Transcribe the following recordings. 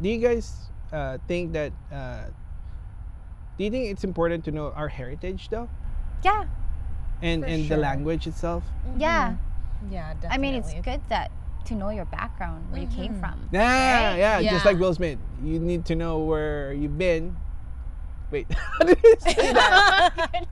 do you guys uh, think that? Uh, do you think it's important to know our heritage though, Yeah. and For and sure. the language itself? Yeah. Yeah, definitely. I mean, it's good that to know your background, where you came from. Yeah, yeah, just Yeah. like Will Smith. You need to know where you've been. Wait, how did I say that?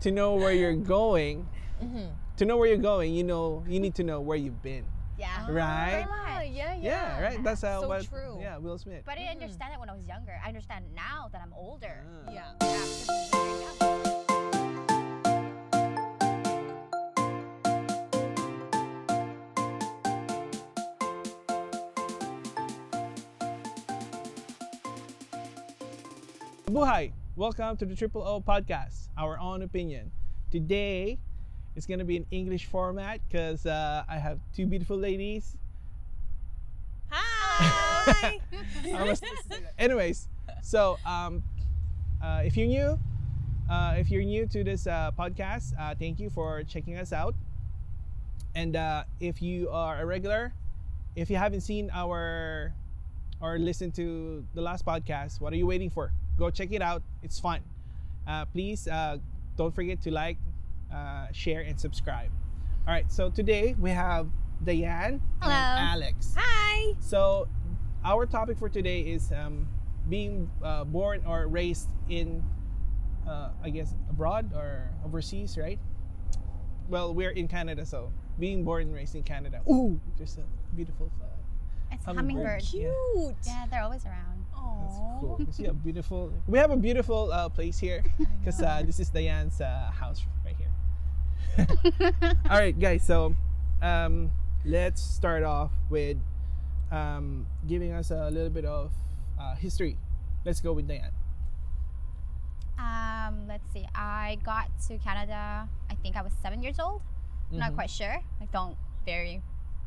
to know where you're going. Mhm. To know where you're going, you know, you need to know where you've been, yeah. right? Ah, yeah, yeah. Yeah, right. That's uh, So what. true. Yeah, Will Smith. But I Mhm. didn't understand it when I was younger. I understand now that I'm older. Ah. Yeah. Yeah, because it's very young. Buhay! Welcome to the Triple O Podcast, our own opinion. Today, it's going to be in English format because uh, I have two beautiful ladies. Hi. I was- Anyways, so um, uh, if you're new, uh, if you're new to this uh, podcast, uh, thank you for checking us out. And uh, if you are a regular, if you haven't seen our or listened to the last podcast, what are you waiting for? Go check it out. It's fun. Uh, please uh, don't forget to like, uh, share, and subscribe. All right. So today we have Diane Hello. and Alex. Hi. So, our topic for today is um, being uh, born or raised in, uh, I guess, abroad or overseas, right? Well, we're in Canada, so being born and raised in Canada. Ooh, there's a beautiful uh, flag. It's a Hummingbird. hummingbird. Cute. Yeah, they're always around. That's Aw. cool. You see a beautiful. We have a beautiful uh, place here because uh, this is Diane's uh, house right here. All right, guys. So, um, let's start off with um, giving us a little bit of uh, history. Let's go with Diane. Um, let's see. I got to Canada. I think I was seven years old. I'm not Mhm. quite sure. I don't very,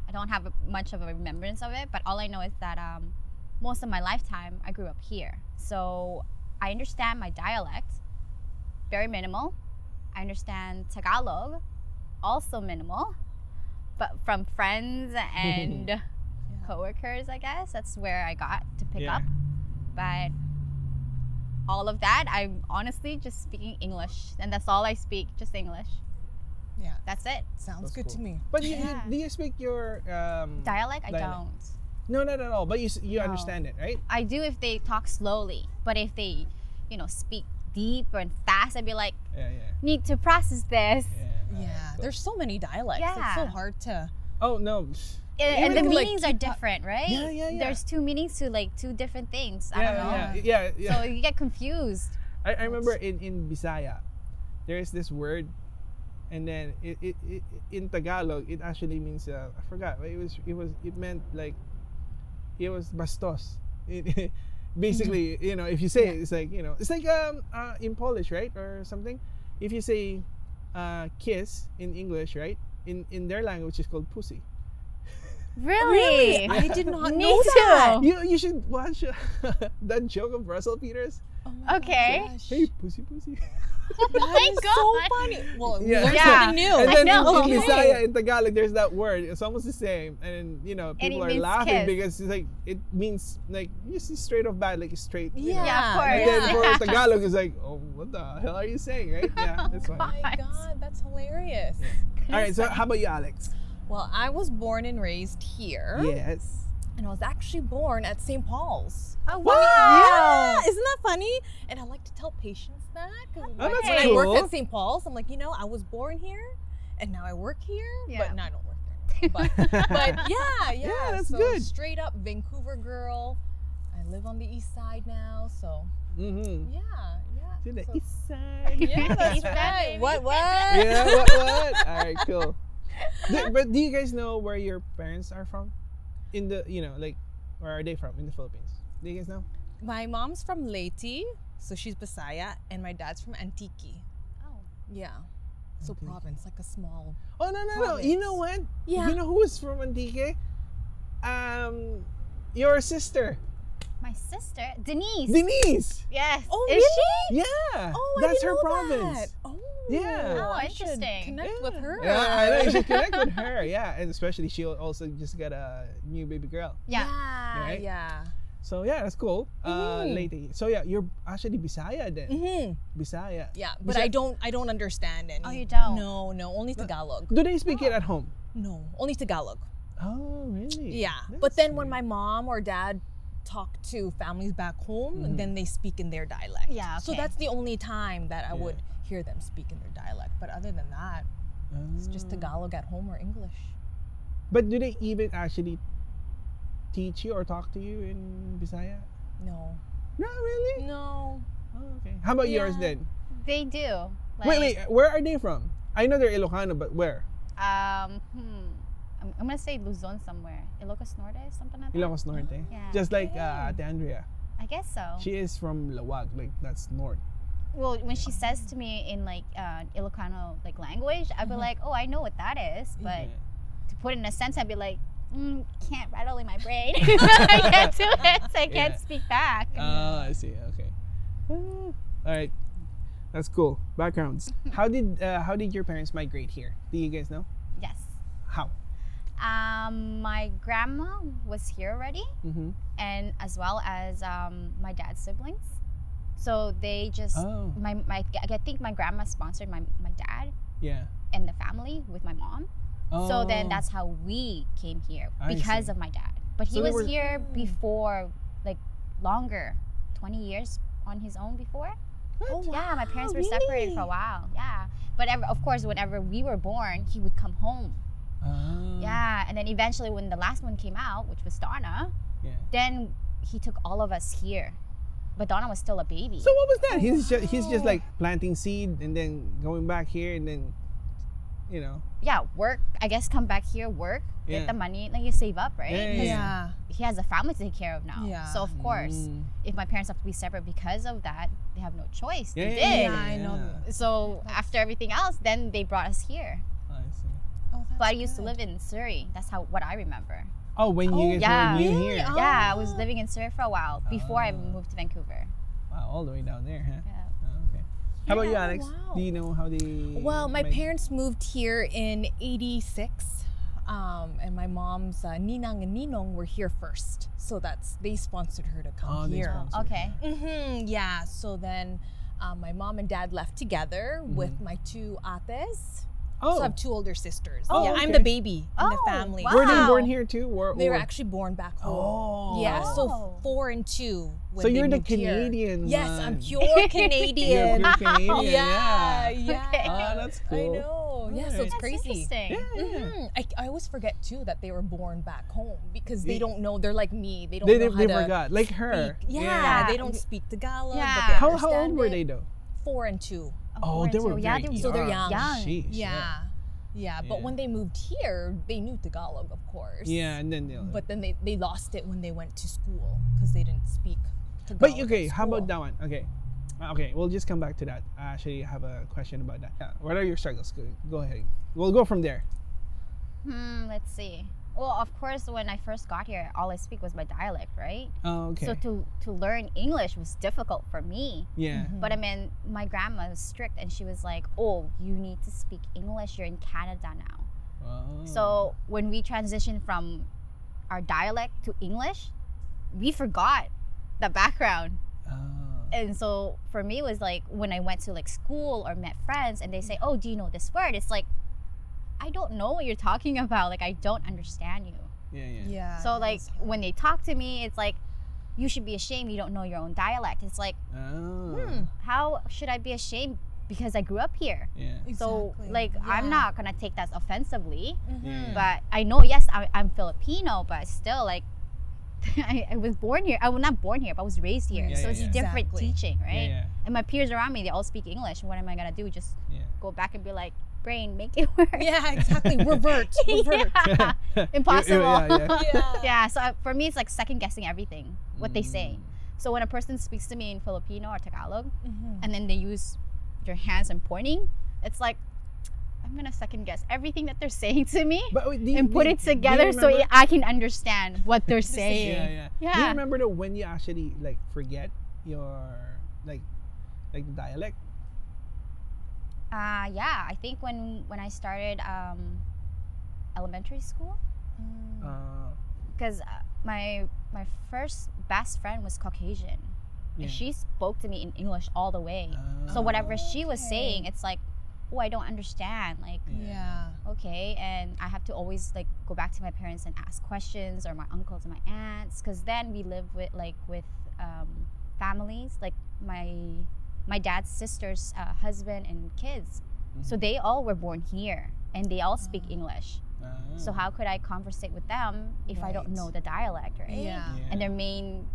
I don't have much of a remembrance of it. But all I know is that um, most of my lifetime I grew up here, so I understand my dialect, very minimal. I understand Tagalog, also minimal, but from friends and coworkers, I guess that's where I got to pick Yeah. up. But all of that, I'm honestly just speaking English, and that's all I speak, just English. Yeah. That's it. Sounds That's good to cool. me. But you, Yeah. you, do you speak your um, Dialect, I Dialect. don't. No, not at all. But you s- you No. understand it, right? I do if they talk slowly, but if they, you know, speak deep and fast, I'd be like, Yeah, yeah. need to process this. yeah. all right, Yeah. cool. There's so many dialects. It's so Yeah. hard to. Oh no. And, and the Even, like, meanings are keep up- different, right? Yeah, yeah, yeah. There's two meanings to like two different things. I don't know. Yeah, yeah, yeah, yeah. So you get confused. I, I remember in, in Bisaya, there is this word, and then it, it, it in Tagalog it actually means uh, I forgot. but It was it was it meant like it was bastos. It, basically, you know, if you say it, it's like you know, it's like um uh, in Polish, right, or something. If you say uh, kiss in English, right, in in their language it's called pussy. Really? I did not Me know too. that. You you should watch that joke of Russell Peters. Oh my Okay. gosh. Hey, pussy, pussy. Oh That my is God. so funny. Well, Yeah. learn Yeah. something new. And I then know. in Okay. Bisaya, in Tagalog, there's that word. It's almost the same. And you know, And it people are means laughing kiss. because it's like it means like just straight off bat, like straight. you know. Yeah, of And course. then for Yeah. Tagalog, it's like, oh, what the hell are you saying, right? Yeah, that's Oh fine. my God, that's hilarious. All right, so how about you, Alex? Well, I was born and raised here, Yes. and I was actually born at St. Paul's. Oh, What? wow. Yeah, isn't that funny? And I like to tell patients that because Oh, that's when I cool. worked at St. Paul's, I'm like, you know, I was born here, and now I work here, Yeah. but no, I don't work there. anymore. But, but yeah, yeah, Yeah, that's so good. Straight up Vancouver girl. I live on the east side now, so Mm-hmm. yeah, yeah. To the so- east side. yeah, that's East side, right. baby. What? What? yeah. What? What? All right. Cool. Do- but do you guys know where your parents are from? In the you know like, where are they from in the Philippines? Do you guys know? My mom's from Leyte, so she's Bisaya, and my dad's from Antique. Oh. Yeah. So Antique. province, like a small. Oh no no no! You know what? Yeah. You know who was from Antique? Um, your sister, My sister, Denise. Denise. yes. Oh, Is really? she? Yeah. Oh, that's I her didn't know province. That. Oh. Yeah. Oh, I should interesting. Connect Yeah. with her. Yeah, I know. You should connect with her. Yeah, and especially she also just got a new baby girl. Yeah. Yeah. Right? yeah. So yeah, that's cool. Uh, Mhm. Leyte. So yeah, you're actually Bisaya then. hmm Bisaya. Yeah, but Bisaya- I don't I don't understand any. Mm-hmm. Oh, you don't? No, no, only Tagalog. Do they speak it at home? No, only Tagalog. Oh really? Yeah, but That's then when weird. my mom or dad talk to families back home, Mhm. then they speak in their dialect. Yeah, So okay. that's the only time that I Yeah. would hear them speak in their dialect. But other than that, it's Oh. just Tagalog at home or English. But do they even actually teach you or talk to you in Bisaya? No. No, really? No. Oh, okay. How about yours Mm. Yeah. then? They do. wait, wait. Where are they from? I know they're Ilocano, but where? Um, hmm. I'm, I'm gonna say Luzon somewhere. Ilocos Norte, something like that. Ilocos Norte. Yeah. Just like uh, Yeah. Ate Andrea. I guess so. She is from Lawag, like that's north. well, when she says to me in like uh, Ilocano like language, I'd Mm-hmm. be Mhm. like, oh, I know what that is, but to put it in a sense, I'd be like, mm, can't rattle in my brain. I can't do it. I can't Yeah. speak back. Oh, I see. Okay. Uh, all right. That's cool. Backgrounds. How did uh, how did your parents migrate here? Do you guys know yes. how? Um, my grandma was here already, Mm-hmm. and as well as um, my dad's siblings. So they just Oh, my, my I think my grandma sponsored my, my dad yeah. and the family with my mom. Oh. So then that's how we came here I because see. of my dad. But he So they was were- here Mm. before like longer, 20 years on his own before. Oh, Yeah, my parents were wow, separated for a really? while. Yeah. But ever, of course, whenever we were born, he would come home. Oh, Yeah. And then eventually, when the last one came out, which was Donna, Yeah. then he took all of us here. But Donna was still a baby. So what was that? He's just he's just Wow. like planting seed and then going back here and then, you know. yeah, work. I guess come back here, work, Yeah. get the money, like you save up, right? Yeah, yeah, Because Yeah. He has a family to take care of now. Yeah. So of course, Mm. if my parents have to be separate because of that, they have no choice. Yeah, they yeah, did. Yeah, I know. Yeah. So That's- after everything else, then they brought us here. I see. Oh, that's But I used to good. live in Surrey. That's how what I remember. Oh, when Oh, you guys yeah. were new Really? here. Oh. Yeah, I was Ah. living in Surrey for a while before I Ah. moved to Vancouver. Wow, all the way down there, huh? Yeah. Oh, okay. How about you, Yeah, Alex? wow. Do you know how they? Well, my mig- parents moved here in 86. Um, and my mom's uh, Ninang and Ninong were here first. So that's, they sponsored her to Oh, come they here. sponsored. Okay. Mm-hmm, yeah. So then um, my mom and dad left together with my two ates. Mm-hmm. Oh, So I have two older sisters. Oh, yeah, I'm okay. the baby in the Oh, family. wow. were they born Wow. here too? Or, They were or- actually born back home. Oh. Yeah, Oh. so four and two. When So they you're the moved here. Canadian Yes, one. I'm pure You're, Canadian. you're Canadian. yeah, yeah. Oh, yeah. Okay. Oh, that's cool. I know. Yeah, so Alright. it's That's crazy. interesting. Yeah. yeah. Mhm. I, I always forget too that they were born back home because Ye- they don't know. They're like me. They don't They, know they, how they to forgot. Like her. speak. Yeah, Yeah. they don't speak Tagalog. Yeah. But they How, how old understand were it. they though? Four and two. Oh, born they so- were yeah, very they were- So they're young. Sheesh, Yeah. Yeah, but Yeah. when they moved here, they knew Tagalog, of course. Yeah, and then they But then they, they lost it when they went to school because they didn't speak But Tagalog. at okay, how about school. that one? Okay. Uh, Okay, we'll just come back to that. I actually have a question about that. Yeah, what are your struggles? Go, go ahead. We'll go from there. Hmm, let's see. Well, of course, when I first got here, all I speak was my dialect, right? Oh, okay. So to to learn English was difficult for me. yeah. Mhm. But I mean, my grandma was strict, and she was like, "Oh, you need to speak English. You're in Canada now." Oh. So when we transitioned from our dialect to English, we forgot the background. Oh. And so for me, it was like when I went to like school or met friends, and they say, "Oh, do you know this word?" It's like, I don't know what you're talking about. Like I don't understand you. Yeah, yeah. Yeah. So it like was when they talk to me, it's like, you should be ashamed you don't know your own dialect. It's like, Oh. Hmm. how should I be ashamed because I grew up here? Yeah. So Exactly. like I'm Yeah. Mm-hmm. not gonna take that offensively, Yeah. but I know yes I, I'm Filipino, but still like I, I was born here. I was not born here, but I was raised here. Yeah, yeah, so it's yeah. different Exactly. teaching, Yeah, right? yeah. And my peers around me, they all speak English. What am I gonna do? Just Yeah. go back and be like, brain, make it work. yeah, exactly. Revert. Revert. Yeah. Impossible. Yeah, yeah, yeah. Yeah. Yeah, so uh, for me, it's like second guessing everything, what they say. Mm. So when a person speaks to me in Filipino or Tagalog, Uh, Mhm. and then they use your hands and pointing, it's like I'm gonna second guess everything that they're saying to me But wait, do you- and do put you- it do you together so remember- I can understand what they're saying. Yeah, yeah. Do you Yeah. remember though when you actually like forget your like like the dialect? Uh, yeah, I think when when I started um, elementary school, Mm. Uh, because my my first best friend was Caucasian, Yeah. and she spoke to me in English all the way. so Ah. whatever she was Okay. saying, it's like, oh, I don't understand. Like, Yeah. okay, and I have to always like go back to my parents and ask questions or my uncles and my aunts, because then we live with like with um, families. Like my my dad's sister's uh, husband and kids, so Mhm. they all were born here and they all speak Ah. English. Ah. So how could I conversate with them if I don't Mm. Right. know the dialect, right? Yeah. Yeah. And their main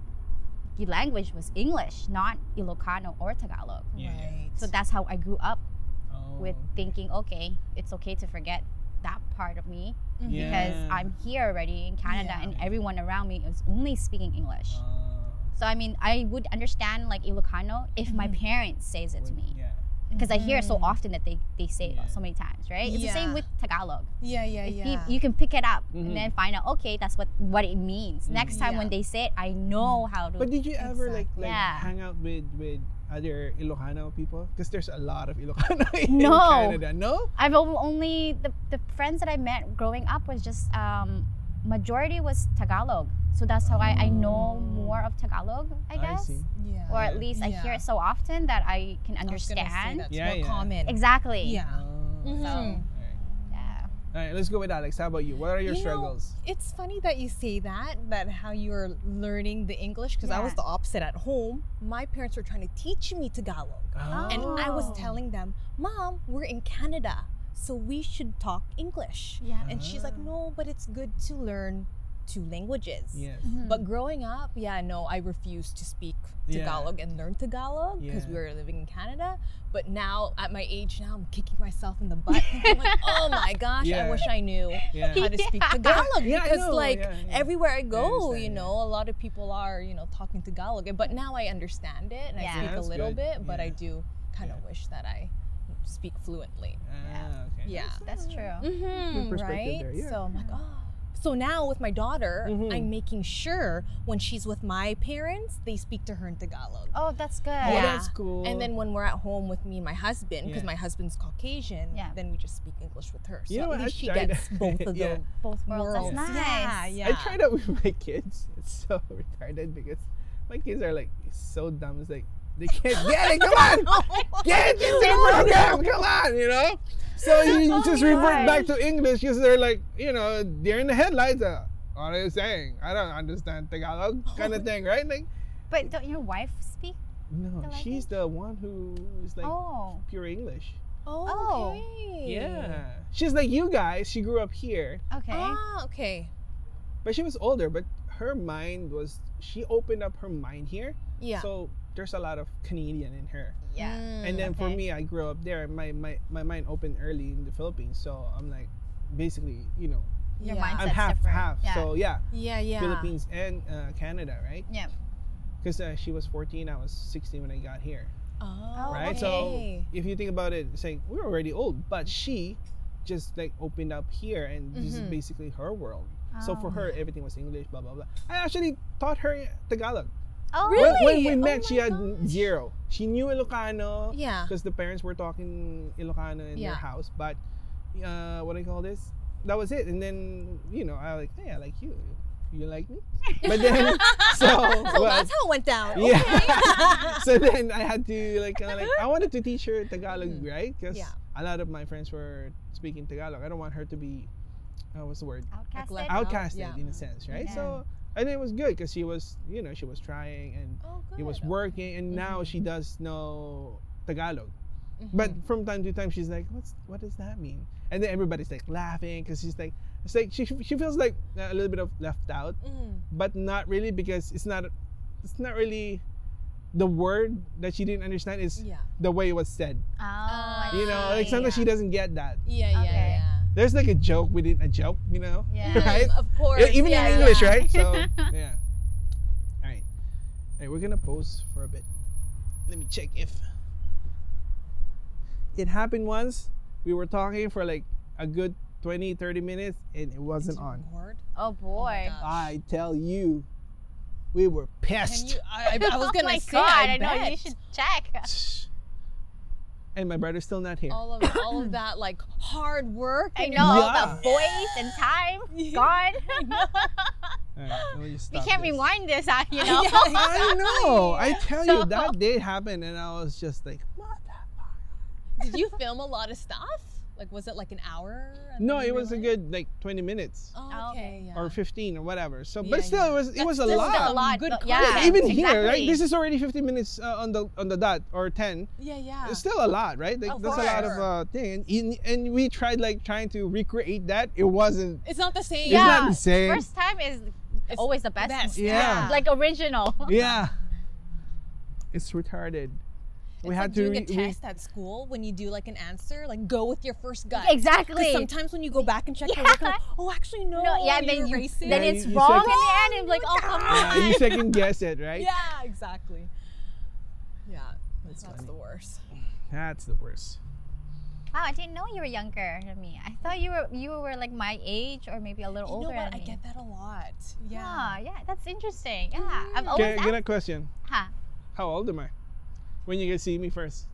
the language was English, not Ilocano or Tagalog. Yeah, yeah. Right. So that's how I grew up Oh, with thinking, okay, it's okay to forget that part of me Mhm. Yeah. because I'm here already in Canada Yeah. and everyone around me is only speaking English. ah, So I mean, I would understand like Ilocano if my Mhm. parents says it to with- me Yeah. because I hear it so Mhm. often that they, they say Yeah. it so many times, right? It's the same Yeah. with Tagalog. Yeah, yeah, If yeah. you, you can pick it up Mhm. and then find out, okay, that's what, what it means. Mhm. Next time when Yeah. they say it, I know how to. But did you ever like like Yeah. hang out with with other Ilocano people? Because there's a lot of Ilocano in No. Canada. No. I've o- only, the, the friends that I met growing up was just, um, majority was Tagalog. So that's how I, I know Oh. more of Tagalog, I guess. see. yeah. Or at least I hear Yeah. it so often that I can I was gonna say understand. that's Yeah, more yeah. common. exactly. Mm-hmm. Yeah. Oh, Mhm. all right. Yeah. All right, let's go with Alex. How about you? What are your You know, struggles? It's funny that you say that, that how you're learning the English, because I Yeah. was the opposite at home. My parents were trying to teach me Tagalog. And I was Oh. telling them, Mom, we're in Canada, so we should talk English. Yeah. And she's like, Ah. No, but it's good to learn two languages. Yes. Mm-hmm. Hmm. But growing up, yeah, no, I refused to speak Yeah. Tagalog and learn Tagalog because we Yeah. were living in Canada. But now, at my age now, I'm kicking myself in the butt. I'm like, oh my gosh, Yeah. I wish I knew Yeah. how to speak Yeah. Tagalog Yeah, I because, know. like, Yeah, yeah. everywhere I go, understand, you yeah. know, a lot of people are, you know, talking Tagalog. But now I understand it and Yeah. I speak That's a little good. bit, but I Yeah. do kind of Yeah. wish that I speak fluently. Ah, okay. Yeah. That's true. Mm-hmm, perspective right? there, yeah. So I'm like, oh. So now with my daughter, Mhm. I'm making sure when she's with my parents, they speak to her in Tagalog. Oh, that's good. Oh, Yeah. that's cool. And then when we're at home with me and my husband, because Yeah. my husband's Caucasian, Yeah. then we just speak English with her. So You know what, at least I she tried gets that. both of Yeah. them. Both worlds. Worlds. That's Yeah, nice. yeah. I try that with my kids. It's so retarded because my kids are like so dumb. It's like they can't get it. Come on, get it. It's a program. Come on, you know. So you Oh just my revert back to English because they're like, you know, they're in the headlights. Uh, what are you saying? I don't understand Tagalog kind of thing, right? Like, But don't your wife speak? no, Tagalog? she's the one who is like oh. pure English. Oh, Oh. okay. Yeah, she's like you guys. She grew up here. Okay. Ah, okay. But she was older, but her mind was she opened up her mind here. Yeah. Mm. So there's a lot of Canadian in her. yeah. and then for okay. me, I grew up there. My, my my mind opened early in the Philippines, so I'm like basically, you know, Your yeah. mindset. I'm That's half different. half. Yeah. So yeah, Yeah, yeah. Philippines and uh, Canada, right? Yeah. Because uh, she was 14, I was 16 when I got here. Oh, Right, so- okay. If you think about it, it's like we're already old, but she just like opened up here, and this is Mhm. basically her world. So for Oh. Ah. her, everything was English, blah blah blah. I actually taught her Tagalog. Oh. When- When, we Really? Oh met, my she had gosh. zero. She knew Ilocano yeah. because the parents were talking Ilocano in their Ah. Yeah. house. But uh, what do you call this? That was it. And then you know, I was like, hey, I like you. You like me? But then so, So well, Oh, that's how it went down. yeah. so then I had to like kind of like I wanted to teach her Tagalog, Mhm. right? Because Yeah. a lot of my friends were speaking Tagalog. I don't want her to be uh, what's the word Outcasted. Neglect. Out- outcasted yeah. in a sense, right? Yeah. So and it was good because she was you know she was trying and Oh, good. it was working and now Mhm. she does know tagalog Mhm. but from time to time she's like what's what does that mean and then everybody's like laughing because she's like it's like she, she feels like a little bit of left out Mm. but not really because it's not it's not really the word that she didn't understand is Yeah. Ah, the way it was said Oh. I you know like see. sometimes she yeah. doesn't get that Yeah, yeah, Okay. yeah. there's like a joke within a joke you know Yeah. Mm, Right? Of course. Yeah, even yeah, in English, yeah. right? So yeah. All right. All right, we're gonna pause for a bit. Let me check if it happened once. We were talking for like a good 20, 30 minutes, and it wasn't on. Record? Oh boy. Oh my I tell you, we were Can pissed. you, I, I, I was oh gonna my say, God, I, know you bet. should check. And my brother's still not Oh. here. all of all of that like hard work. I and- know all Yeah. the voice and time Yeah. gone. All Alright, let me just we stop can't this. rewind this, uh, you know. I know. I tell you So- that did happen, and I was just like, what? Did you film a lot of stuff? Like, was it like an hour? and No, then you it was a realized- good like 20 minutes Oh, okay. okay, yeah. or 15 or whatever. So, Yeah, but still, yeah. it was it was a still lot. a lot. Good Good yeah, content. Even here, exactly. right? This is already 15 minutes uh, on the on the dot or 10. yeah, yeah. It's still a lot, right? Like, Of that's a lot of uh, course. thing, and, and we tried like trying to recreate that. It wasn't. It's not the It's same. not Yeah. the same. First time is always the best. best. Yeah. Like original. Yeah, it's retarded. we It's had to like doing a re- re- test at school when you do like an answer, like go with your first gut. 'Cause Exactly. sometimes when you go back and check your Yeah. work, like, oh, actually no. no, yeah, you then you, erase it. then Yeah, it's you- you wrong in second- the end. And like, oh come Yeah, on. you second guess it, right? Yeah, exactly. Yeah, that's, the worst. That's the worst. Wow, I didn't know you were younger than me. I thought you were you were like my age or maybe a little You know older what? than I me. get that a lot. Yeah. yeah. yeah, that's interesting. Yeah, I've Oh, Can, always can I asked- question? huh, How old am I? When you guys see me first.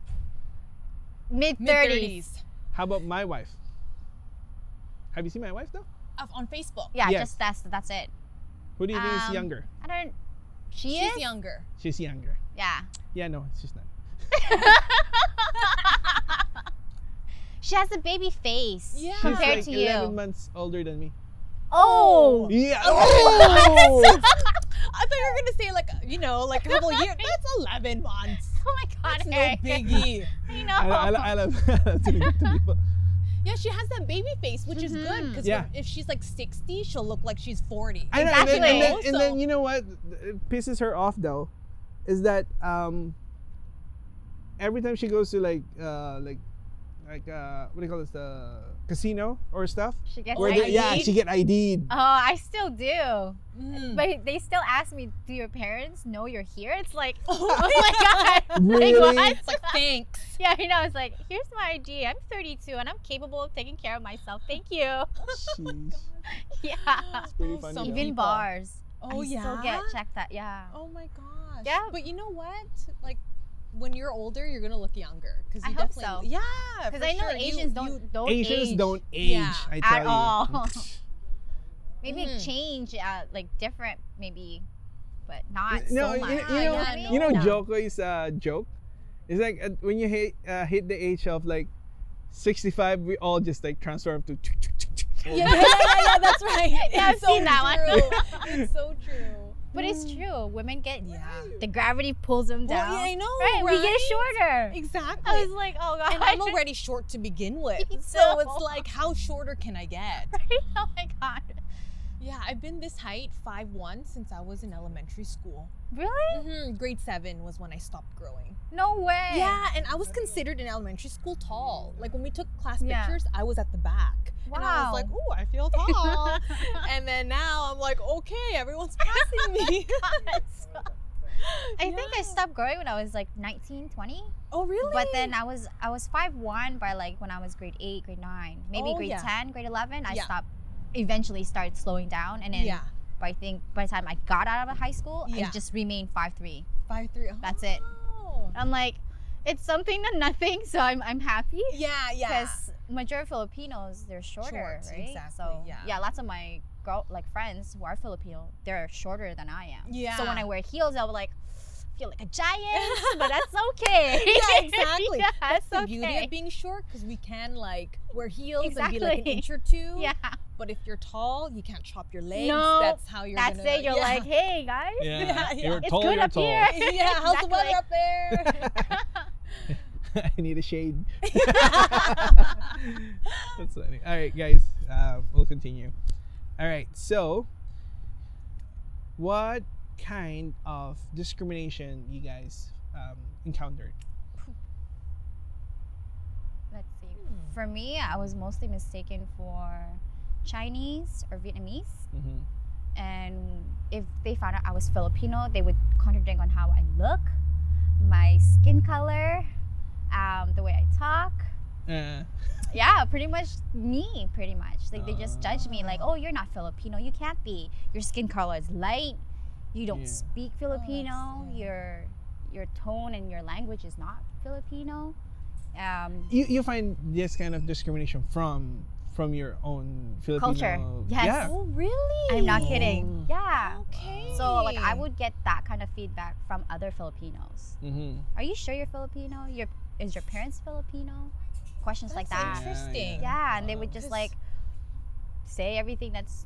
mid Mid thirties. thirties. How about my wife? Have you seen my wife though? On Facebook. Yeah, Yes. just that's that's it. Who do you think is Um, younger? I don't. She She's is. younger. She's younger. Yeah. Yeah, no, she's not. She has a baby face Yeah. She's compared like to 11 you. months older than me. Oh. Yeah. Oh! Oh! I thought you were gonna say like uh, you know like a couple years. That's eleven months. Oh my god, That's no Eric. biggie. You know. I, I, I love, I love doing it to people. Yeah, she has that baby face, which is good because Yeah. if she's like sixty, she'll look like she's forty. I know, and, then, and, then, Exactly. and then So- you know what it pisses her off though, is that um, every time she goes to like uh, like like uh, what do you call this the casino or stuff? she gets where they- yeah, ID'd. she get ID'd. Oh, I still do. Mm. But they still ask me, "Do your parents know you're here?" It's like, oh my god, Really? like what? It's like thanks. Yeah, you know, it's like, here's my ID. I'm 32 and I'm capable of taking care of myself. Thank you. Jeez. Yeah. pretty Oh, funny some though. Even people. bars. Oh I yeah. Still get checked that. Yeah. Oh my gosh. Yeah. But you know what? Like when you're older, you're gonna look younger because I you hope definitely so. yeah. Because for I know sure. You- Asians don't you- don't Asians age. don't age. Yeah, I at tell you. all. Maybe Mm. change, uh, like different, maybe, but not no, so you, much. you Yeah, know, yeah, no. you know, Yeah. Joko is a joke. It's like uh, when you hit uh, hit the age of like sixty-five, we all just like transform to. Yeah, yeah, yeah, yeah, that's right. Yeah, I've It's seen that one. true. It's so true. But it's true. Women get Yeah. the gravity pulls them Well, down. yeah, I know, Right? We get right? shorter. Exactly. I was like, oh god. and I'm already short to begin with, Me so too. it's like, how shorter can I get? oh my god. Yeah, I've been this height five one since I was in elementary school. Really? hmm Grade seven was when I stopped growing. No way. Yeah, and I was considered in elementary school tall. Like when we took class Yeah. pictures, I was at the back. And I was like, Wow. oh, I feel tall. and then now I'm like, okay, everyone's passing me. I think I Yeah. stopped growing when I was like 19, 20. oh, really? But then I was I was 5'1 by like when I was grade 8, grade 9, maybe Oh, grade yeah. 10, grade 11, I Yeah. stopped eventually started slowing down and then yeah, by I think by the time I got out of high school, I Yeah. just remained 5'3. five three. That's it. Oh. I'm like it's something to nothing, so I'm I'm happy. Yeah, yeah. because majority of Filipinos they're shorter, Short, right? exactly, So yeah. lots of my girl like friends who are Filipino, they're shorter than I am. So when Yeah. I wear heels, I'll be like feel like a giant, but that's okay. Yeah, exactly. Yeah, That's it's the beauty okay. of being short because we can like wear heels and be like Exactly. an inch or two. Yeah, But if you're tall, you can't chop your legs. No, that's how you're. that's gonna, it. You're yeah. like, hey guys, Yeah, yeah. You're it's tall, good you're up tall. here. yeah, how's the weather up there? I need a shade. That's funny. All right, guys, uh, we'll continue. All right, so what kind of discrimination you guys um, encountered? Let's see. For me, I was mostly mistaken for Chinese or Vietnamese. Mm-hmm. and if they found out I was Filipino, they would contradict on how I look, my skin color, um, the way I talk. Uh, Yeah, pretty much me, pretty much. Like they just judge me, like, Ah. oh, you're not Filipino, you can't be. Your skin color is light, you don't Yeah. speak Filipino, yeah. your your tone and your language is not Filipino. Um, you, you find this kind of discrimination from from your own Filipino Culture. Yes. Yeah. Oh, really? I'm not kidding. Yeah. Okay. So like I would get that kind of feedback from other Filipinos. Mm-hmm. Are you sure you're Filipino? Your is your parents Filipino? Questions like That's that. Interesting. Yeah, and they would Wow. just This- like say everything that's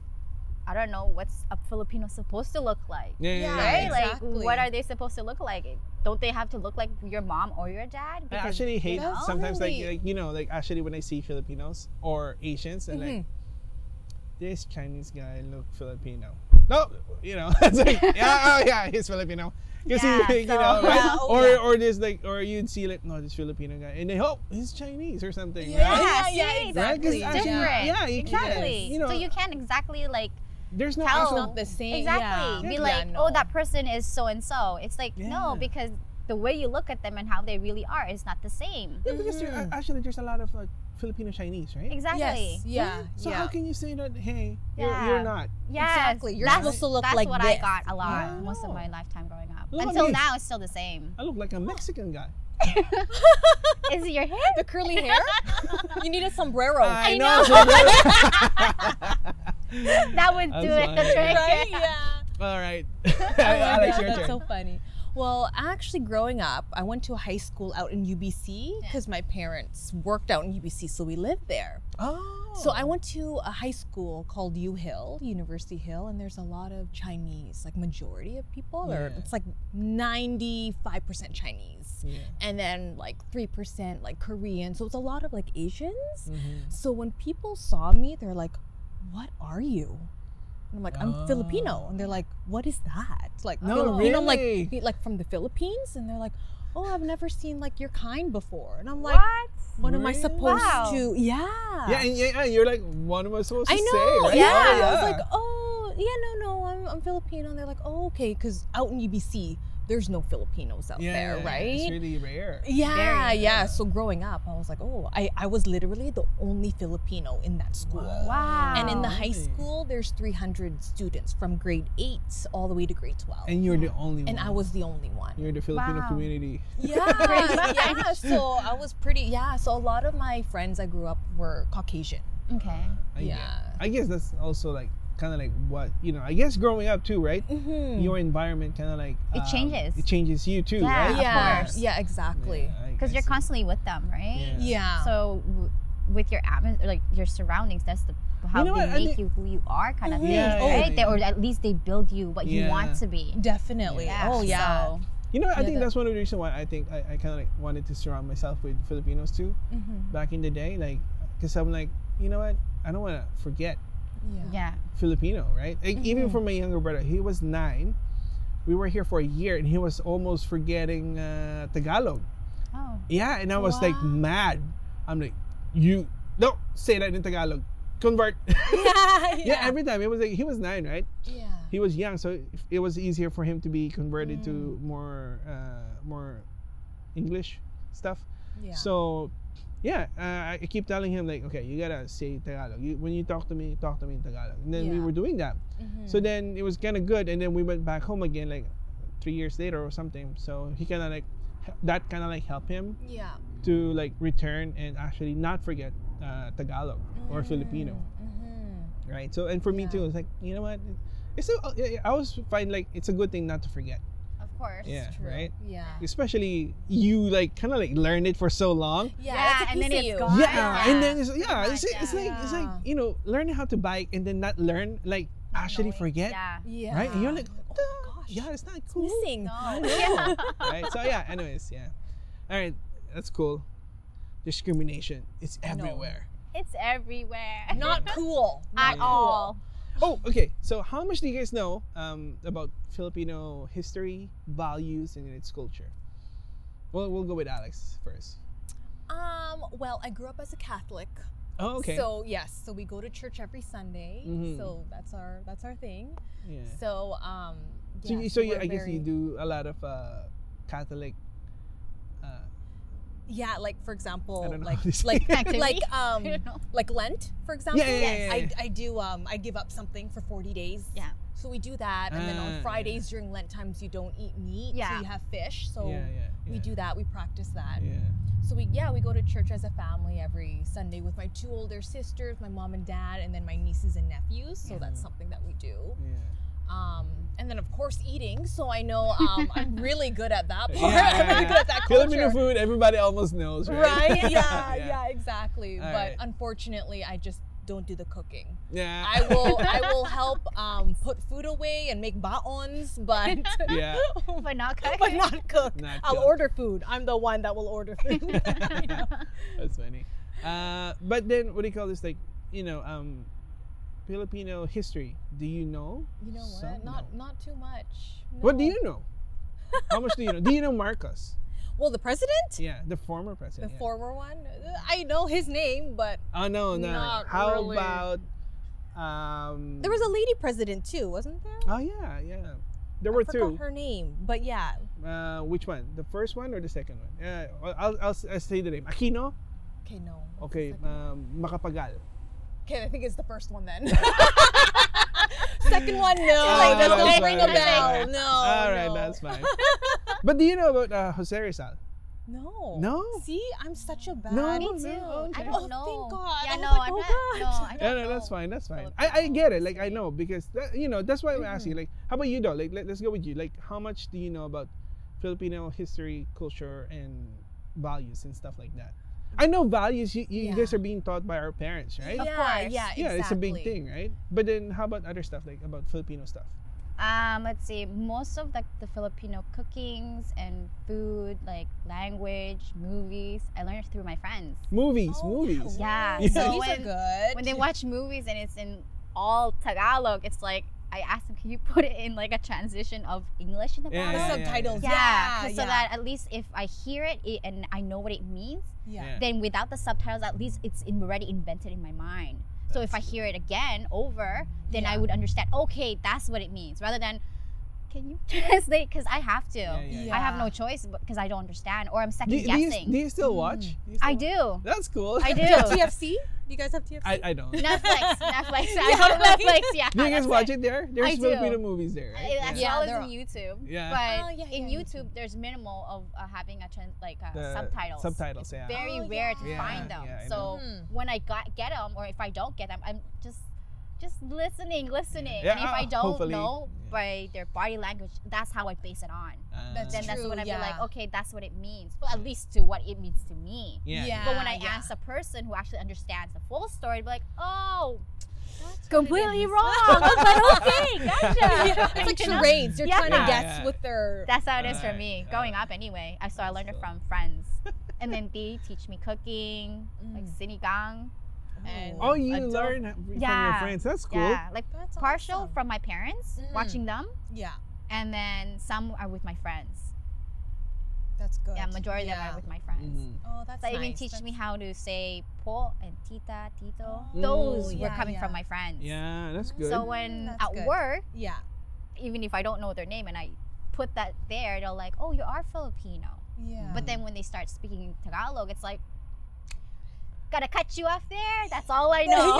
I don't know what's a Filipino supposed to look like. Yeah, yeah, Yeah, yeah, Right? yeah. exactly. Like what are they supposed to look like? Don't they have to look like your mom or your dad? I actually hate know? sometimes like, Really? like you know like actually when I see Filipinos or Asians and like Mhm. Mm-hmm. this Chinese guy look Filipino. No, you know, it's like yeah, oh yeah, he's Filipino. You see, you Yeah, know, so- right? Yeah, oh, or yeah. or this like or you'd see like no, this Filipino guy, and they hope oh, he's Chinese or something, Yeah. right? yeah, Yeah, see? yeah, Right? 'Cause exactly. That's actually, different. Yeah, you exactly. Can't, you know, so you can't exactly like there's no tell- It's actual- not the same. exactly Yeah. be Yeah, like, no. oh, that person is so and so. It's like Yeah. no, because the way you look at them and how they really are is not the same. Yeah, because there, Mhm. actually there's a lot of like Filipino Chinese, right? Exactly. Yes. Yeah. So yeah. how can you say that? Hey, Yeah. you're, you're not. Yes, Exactly. You're that's, supposed to look that's like what I this. got a lot Yeah. most of I my know. lifetime growing up. Look at Until me. now, it's still the same. I look like a Mexican guy. Is it your hair? the curly hair? you need a sombrero. I, I know. know. That would I'm do it. The sorry. trick. right? Yeah. All right, Oh my Alex, God, your that's turn. so funny. Well, actually, growing up, I went to a high school out in UBC Yeah. because my parents worked out in UBC, so we lived there. oh, So I went to a high school called U Hill, University Hill, and there's a lot of Chinese, like majority of people, or Yeah. it's like 95% Chinese, Yeah. and then like 3% like Korean. So it's a lot of like Asians. Mhm. So when people saw me, they're like, "What are you?" And I'm like, "I'm Filipino," and they're like, "What is that?" Like, No, Filipino, I'm really? like, like from the Philippines, and they're like, "Oh, I've never seen like your kind before," and I'm like, What? "What am I Really? supposed Wow. to?" Yeah, Yeah, and yeah, yeah, you're like, what am I supposed to I know. say? Right? Yeah. Oh, I was like, "Oh, yeah, no, no, I'm, I'm Filipino," and they're like, "Oh, okay," because out in UBC, there's no Filipinos out yeah, there, yeah, right? It's really rare. Yeah, Very. yeah. So growing up, I was like, oh, I, I was literally the only Filipino in that school. Wow. And in the high Really? school, there's 300 students from grade 8 all the way to grade 12. And, And you're the only one. I was the only one. You're the Filipino Wow. community. Yeah, yeah. So I was pretty, yeah. So a lot of my friends I grew up were Caucasian. Okay. I Guess. yeah. I guess that's also like kind of like what you know. I guess growing up too, right? Mhm. Your environment kind of like Mm. um, It changes. It changes you too, Yeah, right? of yeah, course. yeah, exactly. Because you're constantly. constantly with them, right? Yeah. Yeah. So w- with your atmos- or like your surroundings, that's the how You know they what, I make think- you who you are, kind of Mhm. thing, Yeah, yeah, right? They, yeah. or at least they build you what you Yeah. want to be. Definitely. Yeah. Oh, yeah. So, You know, I Yeah, think that- that's one of the reasons why I think I, I kind of like wanted to surround myself with Filipinos too Mhm. back in the day, like because I'm like, you know what? I don't want to forget yeah. yeah. Filipino, right? Like, Even Mm-hmm. Mhm. for my younger brother, he was nine. We were here for a year, and he was almost forgetting uh, Tagalog. Oh. Yeah, and I was like Wow. mad. I'm like, you don't say that in Tagalog. Convert. yeah. Yeah. Yeah. every time it was like he was nine, right? yeah. He was young, so it was easier for him to be converted to Mm. more, uh, more English stuff. Yeah. So, yeah, uh, I I keep telling him like, okay, you gotta say Tagalog. You, when you talk to me, talk to me in Tagalog. And then we Yeah. were doing that. Mhm. So then it was kind of good, and then we went back home again like three years later or something. So he kind of like h- that kind of like helped him yeah. to like return and actually not forget uh, Tagalog or Filipino, Mm-hmm. right? So and for me Yeah. too, it's like you know what, it's a, uh, I always find like it's a good thing not to forget, Of course. yeah, right? Yeah. Especially you like kind of like learned it for so long. Yeah, Yeah, it's a and then piece of it's you. gone. Yeah, Yeah. and then it's Pretty Oh yeah, it's, much, it's like it's like yeah. you know learning how to bike and then not learn like actually forget, Yeah. Yeah. right? And you're like, oh "Duh, my gosh, yeah, it's not it's cool. missing. No. know. right? So yeah. Anyways, yeah. All right, that's cool. Discrimination. It's everywhere. It's everywhere. Not cool. at Yeah. all. Oh, okay. So how much do you guys know um, about Filipino history, values, and its culture? Well, we'll go with Alex first. Um. Well, I grew up as a Catholic. Oh, okay. So yes, so we go to church every Sunday. Mhm. So that's our that's our thing. yeah. So um. So, yeah, you, so you, we're I guess you very- do a lot of uh, Catholic. Uh, Yeah, like for example, don't know like how to say it. like like um You know. like Lent, for example. yeah, yeah, yeah, I, I do um I give up something for forty days. Yeah. So we do that, and then Ah, yeah. on Fridays during Lent times, you don't eat meat, Yeah. so you have fish. So yeah, yeah, we yeah, do that. We practice that. Yeah. So we yeah we go to church as a family every Sunday with my two older sisters, my mom and dad, and then my nieces and nephews. So that's Mhm. something that we do. Yeah. Um, and then of course eating. So I know um, I'm really good at that part. Yeah, yeah, I'm really good yeah. at that Filipino culture. food, everybody almost knows, right? Right? Yeah, yeah, exactly. All right. but Uh, unfortunately, I just don't do the cooking. Yeah. I will I will help um, put food away and make baons, but Yeah. but not cook. but not cook. Not I'll cook. order food. I'm the one that will order food. That's funny. Uh, but then, what do you call this? Like, you know, um, Filipino history. Do you know? You know what? some? Not No. not too much. What do No. you know? How much do you know? Do you know Marcos? Well, the president, Yeah, the former the president. yeah. former one. I know his name, but Oh no, no. Not How really. about um? there was a lady president too, wasn't there? Oh yeah, yeah. There I were forgot two. Her name, but yeah, Uh, which one? The first one or the second one? Uh, I'll, I'll, I'll say the name. Aquino. okay, no. Okay. Um, Makapagal. Okay, I think it's the first one then. Second one, no. Oh, does that's not ring a fine, that's bell. fine. No. All right, Oh, no. that's fine. but do you know about uh, Jose Rizal? No. No? See, I'm such a bad. No, Me no, too. I okay. don't Oh, thank know. God. Yeah, I was no, like, I'm oh, not. No, God. I don't No, know. no, that's fine. That's fine. I, I get it. Like I know because that, you know that's why I'm Mm-hmm. asking. Like, how about you though? Like, let, us go with you. Like, how much do you know about Filipino history, culture, and values and stuff like that? I know values. You, you, you guys Yeah. are being taught by our parents, right? Yeah, course. yeah, exactly. yeah, it's a big thing, right? But then, how about other stuff like about Filipino stuff? Um, let's see. Most of like the Filipino cookings and food, like language, movies, I learned through my friends. Movies, Oh, movies. Yeah. Yeah. So These when, are good. when they watch movies and it's in all Tagalog, it's like I asked them, can you put it in like a transition of English in the the Yeah, bottom? subtitles. Yeah, Yeah. 'cause so that at least if I hear it, it and I know what it means, yeah. Yeah. then without the subtitles, at least it's in- already invented in my mind. so if I hear it again over, then I Yeah. would understand. Okay, that's what it means, rather than can you translate? Because I have to. Yeah, yeah, Yeah. I have no choice because I don't understand, or I'm Do, second do you, guessing. Mm-hmm. do you still watch? Do you still I watch? do. That's cool. I do. TFC? Do you guys have TFC? I, I don't. Do Netflix, Netflix. I go Yeah, to right? Netflix. Yeah. you guys that's watch it there? There's I do. Filipino movies there. Uh, Right? As well Yeah, as they're in all- YouTube. Yeah. But Oh, yeah, in yeah, YouTube, there's minimal of uh, having a trans- like uh, The subtitles. Subtitles, yeah. Very Oh, rare to yeah. find Yeah, them. yeah, I so know. when I got get them, or if I don't get them, I'm just just listening, listening. Yeah, and if I ah, don't hopefully. know Yeah. by their body language, that's how I base it on. Uh, That's Then that's True, when I be like, yeah. okay, that's what it means. Well, at least to what it means to me. Yeah. Yeah. But when I yeah. ask a person who actually understands the full story, I'd be like, oh, That's completely wrong. but okay, gotcha. it's like charades. You're Yeah. trying to guess Yeah. with their. That's how it is for Alright, me. alright. Growing up, anyway, I so I learned it Understood. from friends, and then they teach me cooking, like Mm. sinigang. and- Oh, you Adult- learn h- from your Yeah. friends. That's cool. Yeah, like That's partial awesome. from my parents, Mm. watching them, Yeah, and then some are with my friends. that's good. Yeah, majority of them are with my friends. Mhm. Oh, that's They nice. even teach That's- me how to say po and tita, tito. Oh, Those were yeah, coming from yeah. Mm, my friends. Yeah, that's good. So when That's at good. work, Yeah, even if I don't know their name and I put that there, they're like, "Oh, you are Filipino." yeah. But then when they start speaking in Tagalog, it's like, gotta cut you off there. That's all I know.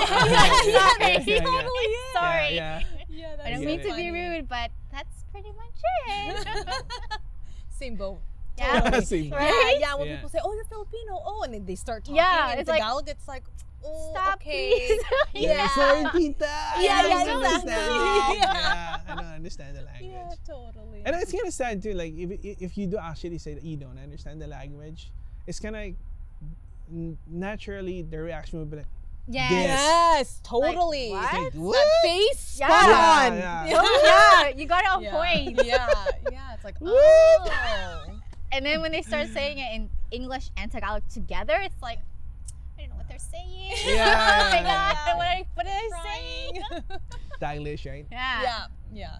Sorry. Yeah, yeah, yeah, yeah. Sorry. Yeah, I yeah, that's get don't mean it. to be rude, but that's pretty much it. Same boat. yeah. yeah. Same. Right? Yeah, yeah. When Yeah. people say, "Oh, you're Filipino," oh, and then they start talking Yeah, in it's like, Tagalog, it's like, oh, Stop, okay. please. Yeah, Yeah. sorry, tita. I don't Yeah, yeah, understand. Yeah, exactly. I don't understand the language. Yeah, totally. And it's kind of sad too. Like if if you do actually say that you don't understand the language, it's kind of like, naturally the reaction would be like, Yes. Yes. yes, totally. like, Like, what? That what? face, Yeah. spot Yeah, on. yeah. Oh, yeah, you got it on Yeah. point. Yeah, yeah. It's like, What? oh. And then when they start saying it in English and Tagalog together, it's like, I don't know what they're saying. oh my Yeah. god, what, are, what did I say? Crying. Taglish, right? Yeah. yeah,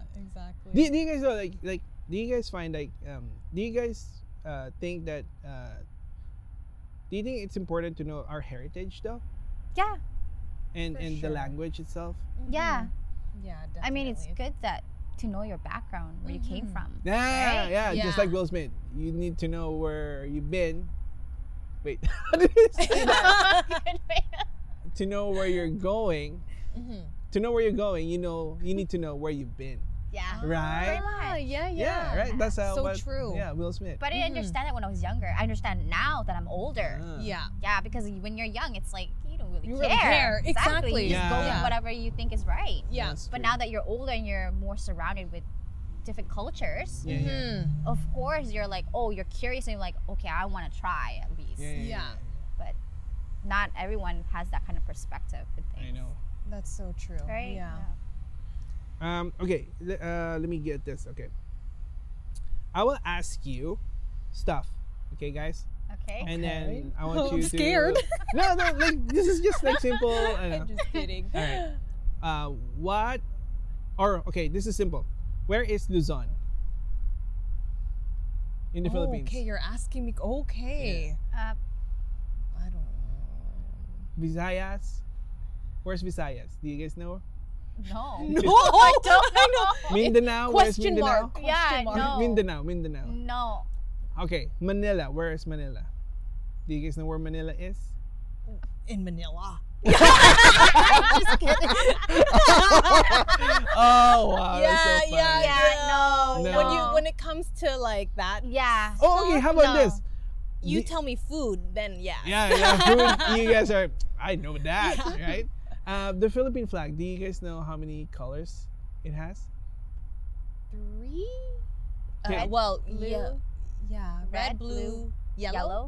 yeah, exactly. Do, do you guys know like like do you guys find like um do you guys uh think that uh do you think it's important to know our heritage though Yeah. and For and the sure. language itself? Yeah. Mm-hmm. yeah, definitely. I mean, it's good that to know your background, where you came Mhm. from. Yeah, Right? yeah, just Yeah. like Will Smith. You need to know where you've been. Wait, Mm-hmm. how did he say that? to know where you're going Mhm. to know where you're going, you know, you need to know where you've been, yeah. right? Ah, yeah, yeah. yeah, right. That's how. So what- true. Yeah, Will Smith. But I didn't Mhm. understand that when I was younger. I understand now that I'm older. Ah. Yeah. Yeah, because when you're young, it's like you don't really You care. don't care. Exactly. Exactly. You just go Yeah. with whatever you think is right. Yeah. That's But true. now that you're older and you're more surrounded with different cultures, Yeah, yeah. Mm-hmm. Hmm. of course you're like, oh, you're curious and you're like, okay, I want to try at least. Yeah, yeah, yeah, But not everyone has that kind of perspective with yeah. I things. know. That's so true. Right? Yeah. Um, okay, le- uh, let me get this. Okay. I will ask you stuff. Okay, guys? Yeah. Okay. And Okay. then I want I'm you scared. to. No, no, like, this is just like simple. I know. I'm just kidding. Oh, All right. Uh, what? Or, okay, this is simple. Where is Luzon? In the Philippines. Oh, Okay, you're asking me. Okay. Uh, I don't know. Visayas? Where's Visayas? Do you guys know? no. No, I don't Mindanao? Where's Question Mindanao? mark. Yeah, Question mark. no. Mindanao, Mindanao. No. Okay, Manila. Where is Manila? Do you guys know where Manila is? In Manila. oh wow, yeah, that's so funny. yeah, Yeah, no, No. When you no. when it comes to like that, Yeah. Oh, okay. How about No. this? you The- tell me food, then yeah. Yeah, yeah. Food, you guys are. I know that, right? Uh, the Philippine flag. Do you guys know how many colors it has? Three? Okay. Uh, well, blue, yeah. Yeah. Red, red, blue, yellow. Yellow.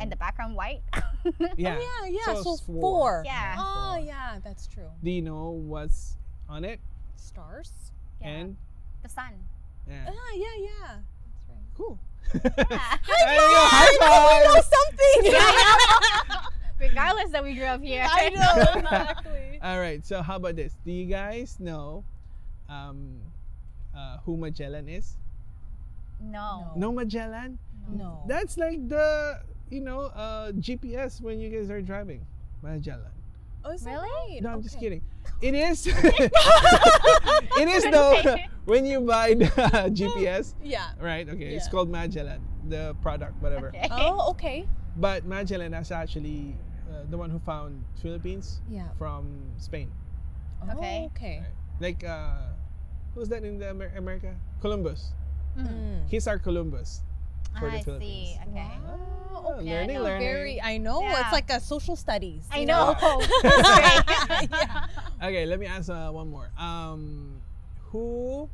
And the background white. yeah. Oh, Yeah, Oh, yeah. So So, it's four. four. Yeah. Oh, Four. yeah, that's true. Do you know what's on it? Stars? yeah. And the sun. yeah. Ah, yeah, yeah. That's right. cool. Yeah. There you go. High five. something. Regardless that we grew up here. I know exactly. All right. So how about this? Do you guys know um, uh, who Magellan is? No. No Magellan. No. That's like the you know uh, GPS when you guys are driving. Magellan. oh, is that Really? right? No, I'm just Okay. kidding. It is. it is though Okay. when you buy the GPS, Yeah. right? Okay, it's Yeah. called Magellan, the product, whatever. Okay. Oh, okay. But Magellan is actually uh, the one who found Philippines Yeah. from Spain. Oh, Okay. okay. Like uh, who's that in the Amer- America? Columbus. Mm. Mm. He's our Columbus. For the I Philippines. see. Okay. Ah, Oh, okay, I learning, know. learning. Very, I know. Yeah. It's like a social studies. I you know. That's great. Okay, let me ask uh, one more. Um, who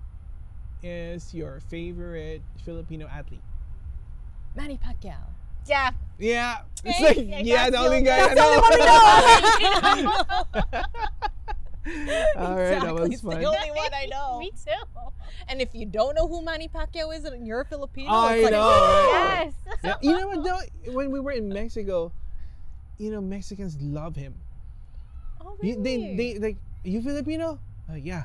is your favorite Filipino athlete? Manny Pacquiao. Yeah. Yeah, it's Okay, like yeah, yeah, that's the only your- guy I that's the know. only All right, that Exactly, was it's the fun. only- one I know. Me too. And if you don't know who Manny Pacquiao is and you're Filipino, I it's like, know, right? Yes. Yeah, you know what though? When we were in Mexico, you know Mexicans love him. Oh, You- they, really? they like you Filipino? Uh, yeah,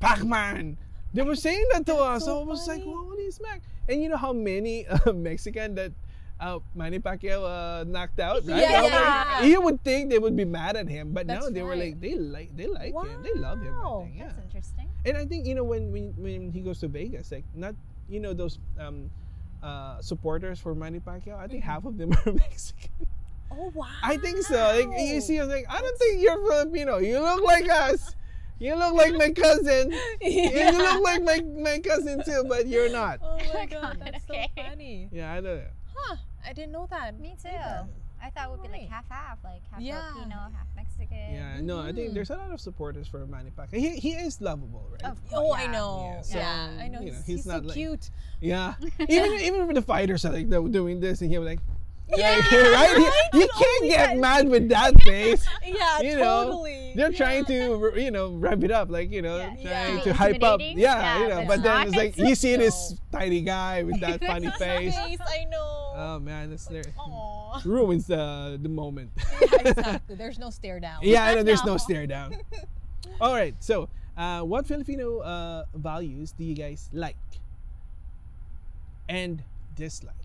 Pac-Man. They were saying that to us. so I was like, funny. holy smack! And you know how many uh, Mexican that uh, Manny Pacquiao uh, knocked out, right? Yeah, I was yeah. like- you would think they would be mad at him, but no, That's they were right. like, they like, they like him, they love him. I Wow. think. Yeah. That's interesting. And I think you know when when, when he goes to Vegas, like not you know those um, uh, supporters for Manny Pacquiao. I think Mm-hmm. half of them are Mexican. Oh wow! I think so. Like you see, I was like, I don't think you're Filipino. You look like us. You look like my cousin. You Yeah. look like my, my cousin too, but you're not. Oh my God, god, that's okay. so funny. Yeah, I don't know. Huh? I didn't know that. Me too. either. I thought it would be like Alright. half half, like half Yeah. Filipino, half Mexican. Yeah, no, I Mm. think Mhm. there's a lot of supporters for Manny Pacquiao. He, he is lovable, right? Of Oh, course, I yeah. know. Yeah, so, Yeah, I know. you know, he's, he's he's not so like- cute. Yeah. Even even the fighters are like they were doing this, and he was like, Yeah, right? You, oh you can't get mad with that face. Yeah, You know, totally. They're trying to, you know, rev it up, like you know, Yeah. trying Yeah. to hype up. Yeah, Intimidating? Yeah, you know, but but then not. it's like you see this No. tiny guy with that funny face. Face, I know. Oh man, that's there. Aw. ruins the the moment. yeah, exactly. There's no stare down. yeah, I know there's no No. stare down. All right, so uh, what Filipino uh, values do you guys like and dislike?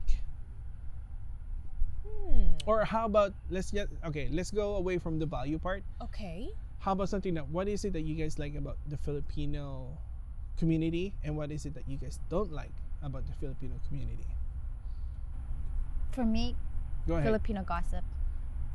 Hmm. Or how about let's get okay, let's go away from the value part. Okay. How about something that what is it that you guys like about the Filipino community and what is it that you guys don't like about the Filipino community? For me, Go ahead. Filipino gossip.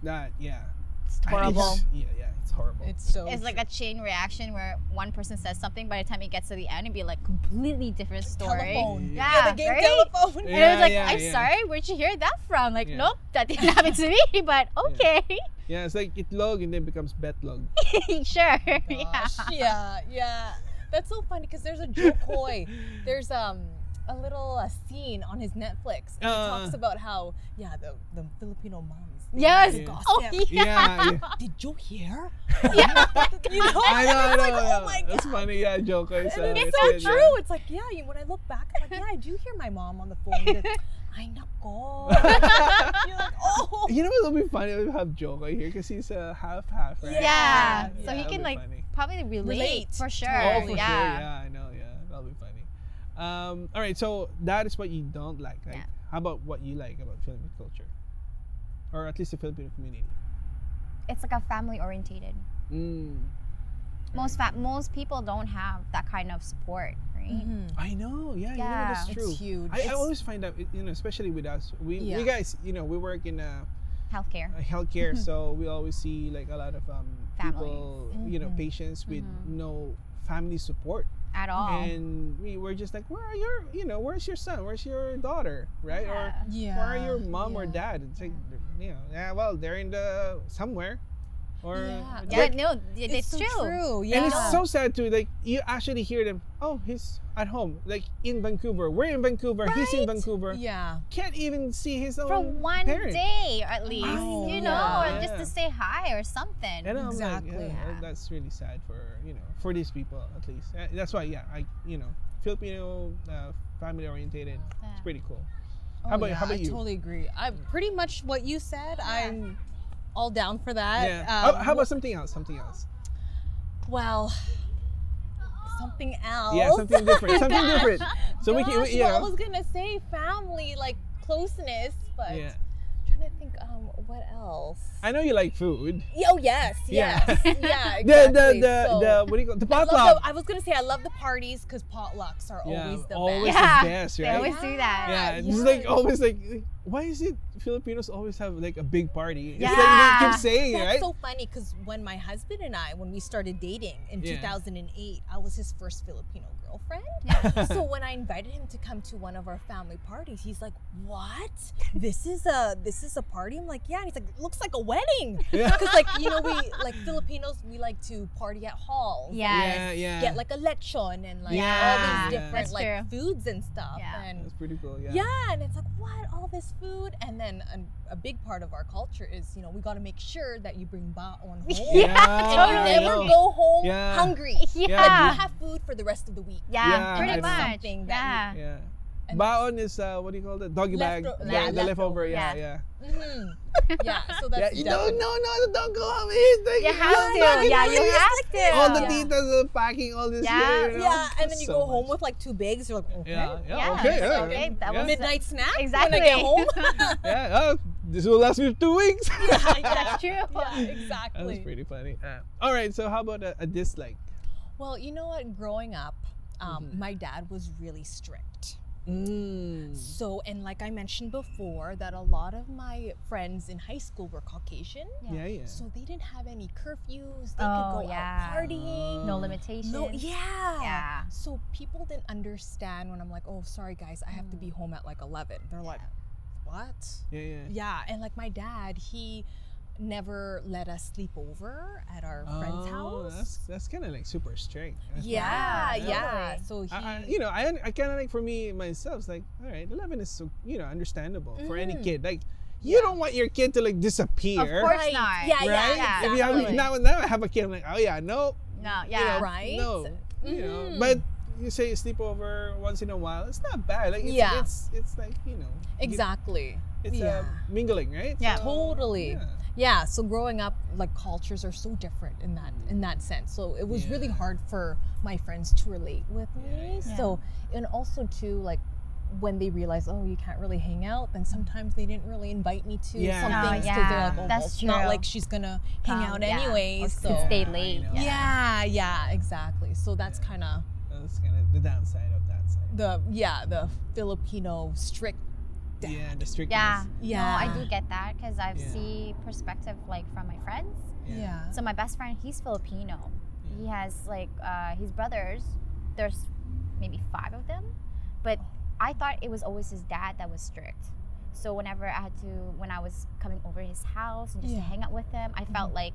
That yeah. It's horrible. Yeah, yeah, it's horrible. It's so. It's like a chain reaction where one person says something, by the time it gets to the end, it'd be like completely different story. Telephone. Yeah, Yeah, the game right? telephone. And it was like, yeah, I'm yeah. sorry, where'd you hear that from? Like, Yeah. nope, that didn't happen to me, but okay, Yeah, it's like itlog and then becomes betlog. sure. yeah. Gosh, yeah, yeah. That's so funny because there's a Joe Coy. There's um a little uh, scene on his Netflix. And Uh. it talks about how yeah the, the Filipino moms. they Yes. love Yeah. gossip. Oh, yeah. Yeah, yeah. Did you hear? Yeah. you know, I know, I and know. I it's like, oh know. my god. It's funny, yeah, joke. It's, uh, And it's, good, so yeah. true. It's like, yeah, you, when I look back, I'm like, yeah, I do hear my mom on the phone. She's Like, Ay, nako. You're like, oh. You know what would be funny if we have Joker here because he's a uh, half half, right? Yeah. Yeah, so he that'll can, be like, funny. Probably relate, Relate. for sure. Oh, for sure. yeah. Yeah, I know. Yeah, that'll be funny. Um, all right, so that is what you don't like. Like, Yeah. how about what you like about Filipino culture, or at least the Filipino community? It's like a family orientated. Mm. Most fa- most people don't have that kind of support, right? I know. Yeah, you know, Yeah. that's true. Mm-hmm. It's huge. I, I always find out, you know, especially with us, we, Yeah. we guys, you know, we work in uh, Healthcare. uh, Mm-hmm. healthcare, so we always see like a lot of um, Families. people, you know, Mhm. patients with Mhm. no family support, At Oh. all. and we were just like, where are your, you know, where's your son, where's your daughter, right, or Yeah. yeah. where are your mom or yeah. dad? It's like, you know, yeah, well, they're in the somewhere, or Yeah. like- Yeah, no, it- it's, so true. Yeah. And it's so sad too. Like you actually hear them. Oh, he's at home. Like in Vancouver. We're in Vancouver. He's in Right? Vancouver. yeah. Can't even see his own For one parent. day, at least, know. you know, Oh, Yeah. or just to say hi or something. And um, I'm Exactly. like, yeah, Yeah. that's really sad for you know for these people at least. Uh, That's why yeah, I you know Filipino uh, family orientated. It's Yeah. pretty cool. Oh, How about- how yeah, about you? I totally agree. I pretty much what you said. I'm all down for that. yeah. Um, how, how about something else? Something else. well, something else. Yeah, something different. Something Gosh. different. So we can Oh. Gosh, we, yeah. well, I was gonna say family, like closeness, but yeah. trying to think, um, what else? I know you like food. Yeah, oh yes, Yeah. yes, yeah. The the exactly. the, So, the what do you call the I, love potluck? the- I was gonna say I love the parties because potlucks are Yeah, always the always best. Yeah, the best, they right? always do that. Yeah, Yeah, it's just yeah. like oh always like why is it Filipinos always have like a big party? It's like they Yeah. keep saying, That's right? so funny because when my husband and I, when we started dating in Yeah. 2008, I was his first Filipino girlfriend. so when I invited him to come to one of our family parties, he's like, "What? This is a this is a party?" I'm like, "Yeah." And he's like, "It looks like a wedding." yeah. Because like you know we like Filipinos we like to party at halls. Yes. yeah, yeah. Get like a lechon and like Yeah, all these different that's like foods and stuff. Yeah. And That's pretty cool. Yeah. yeah. and it's like what all this food, and then um, a big part of our culture is you know we got to make sure that you bring baon home. Yeah, Oh, I And you totally. never know. go home Yeah. hungry. Yeah. Yeah. You have food for the rest of the week. Yeah, Yeah, I pretty know. much. Something Yeah. that Yeah. And- Baon is uh, what do you call that? Doggy bag. Leftro- the, yeah, the leftover. leftover. Yeah, yeah. Mhm. Yeah, so Yeah. that's You don't, definitely- no, no, don't go home. It's like, You have no, to. no, Yeah, no, you no. have to. All the Yeah. titas are packing all this. Yeah. shit, you know? Yeah, and then you So go home much. with like two bags. You're like, okay. Yeah, yeah, Yeah, okay, it's yeah. okay, that yeah. was- Midnight snack Exactly. when I get home. yeah, oh, this will last me two weeks. That's true. yeah, That was exactly. pretty funny. Uh, all right, so how about a, a dislike? Well, you know what? Growing up, um, Mhm. my dad was really strict. Mm. So, and like I mentioned before, that a lot of my friends in high school were Caucasian. Yeah, yeah. So they didn't have any curfews. They Oh, could go yeah. out partying. Uh, No limitations. No, yeah. Yeah. So people didn't understand when I'm like, oh, sorry guys, I have to Mm. be home at like 11. They're like, what? yeah, yeah. Yeah, and like my dad, he never let us sleep over at our friend's Oh, That's, house. that's kind of like super strict. That's Yeah, Yeah, yeah. totally. So he, I, I, you know, I, I kind of like for me myself, it's like, all right, 11 is so, you know, understandable for any Mhm. kid. Like, you don't want your kid to like disappear. Of course Right. not. Yeah, Right? yeah, If you have exactly. now, now I have a kid, I'm like, oh yeah, no, No, you know, yeah. Right? No, you know, Mhm. but you say you sleep over once in a while. It's not bad. Like, it's, Yeah. it's it's like you know, you- exactly. It's uh, Yeah. mingling, right? Yeah. Totally. yeah. Yeah. So growing up, like cultures are so different in that in that sense. So it was really Mm. Yeah. hard for my friends to relate with me. yeah. So and also too like when they realize oh you can't really hang out then sometimes they didn't really invite me to Yeah. some No, things 'cause they're Mm. yeah, like oh that's well, it's not true. like she's gonna hang Um, out yeah. anyway Or so kids stay Yeah, late. you know. Yeah. yeah yeah exactly so that's Yeah. kind of That's kind of the downside of that side. the yeah the filipino strict dad. Yeah, the strictness. Yeah. Yeah. No, I do get that because I've Yeah. see perspective like from my friends. Yeah. Yeah. So my best friend, he's Filipino. He has like uh, his brothers. There's maybe five of them, but I thought it was always his dad that was strict. So whenever I had to, when I was coming over to his house and just to Yeah. Mm-hmm. hang out with him, I felt like,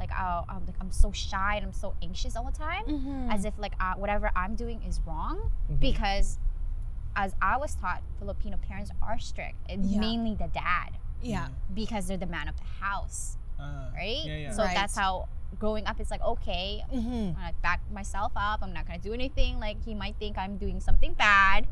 like oh, I'm like I'm so shy and I'm so anxious all the time, Mm-hmm. as if like uh, whatever I'm doing is wrong Mhm. because. As I was taught, Filipino parents are strict, and Yeah. mainly the dad, yeah. because they're the man of the house Mm-hmm. Uh, right? Yeah, yeah. So Right. that's how growing up, it's like, okay, Mm-hmm. I'm gonna back myself up. I'm not gonna do anything. Like he might think I'm doing something bad.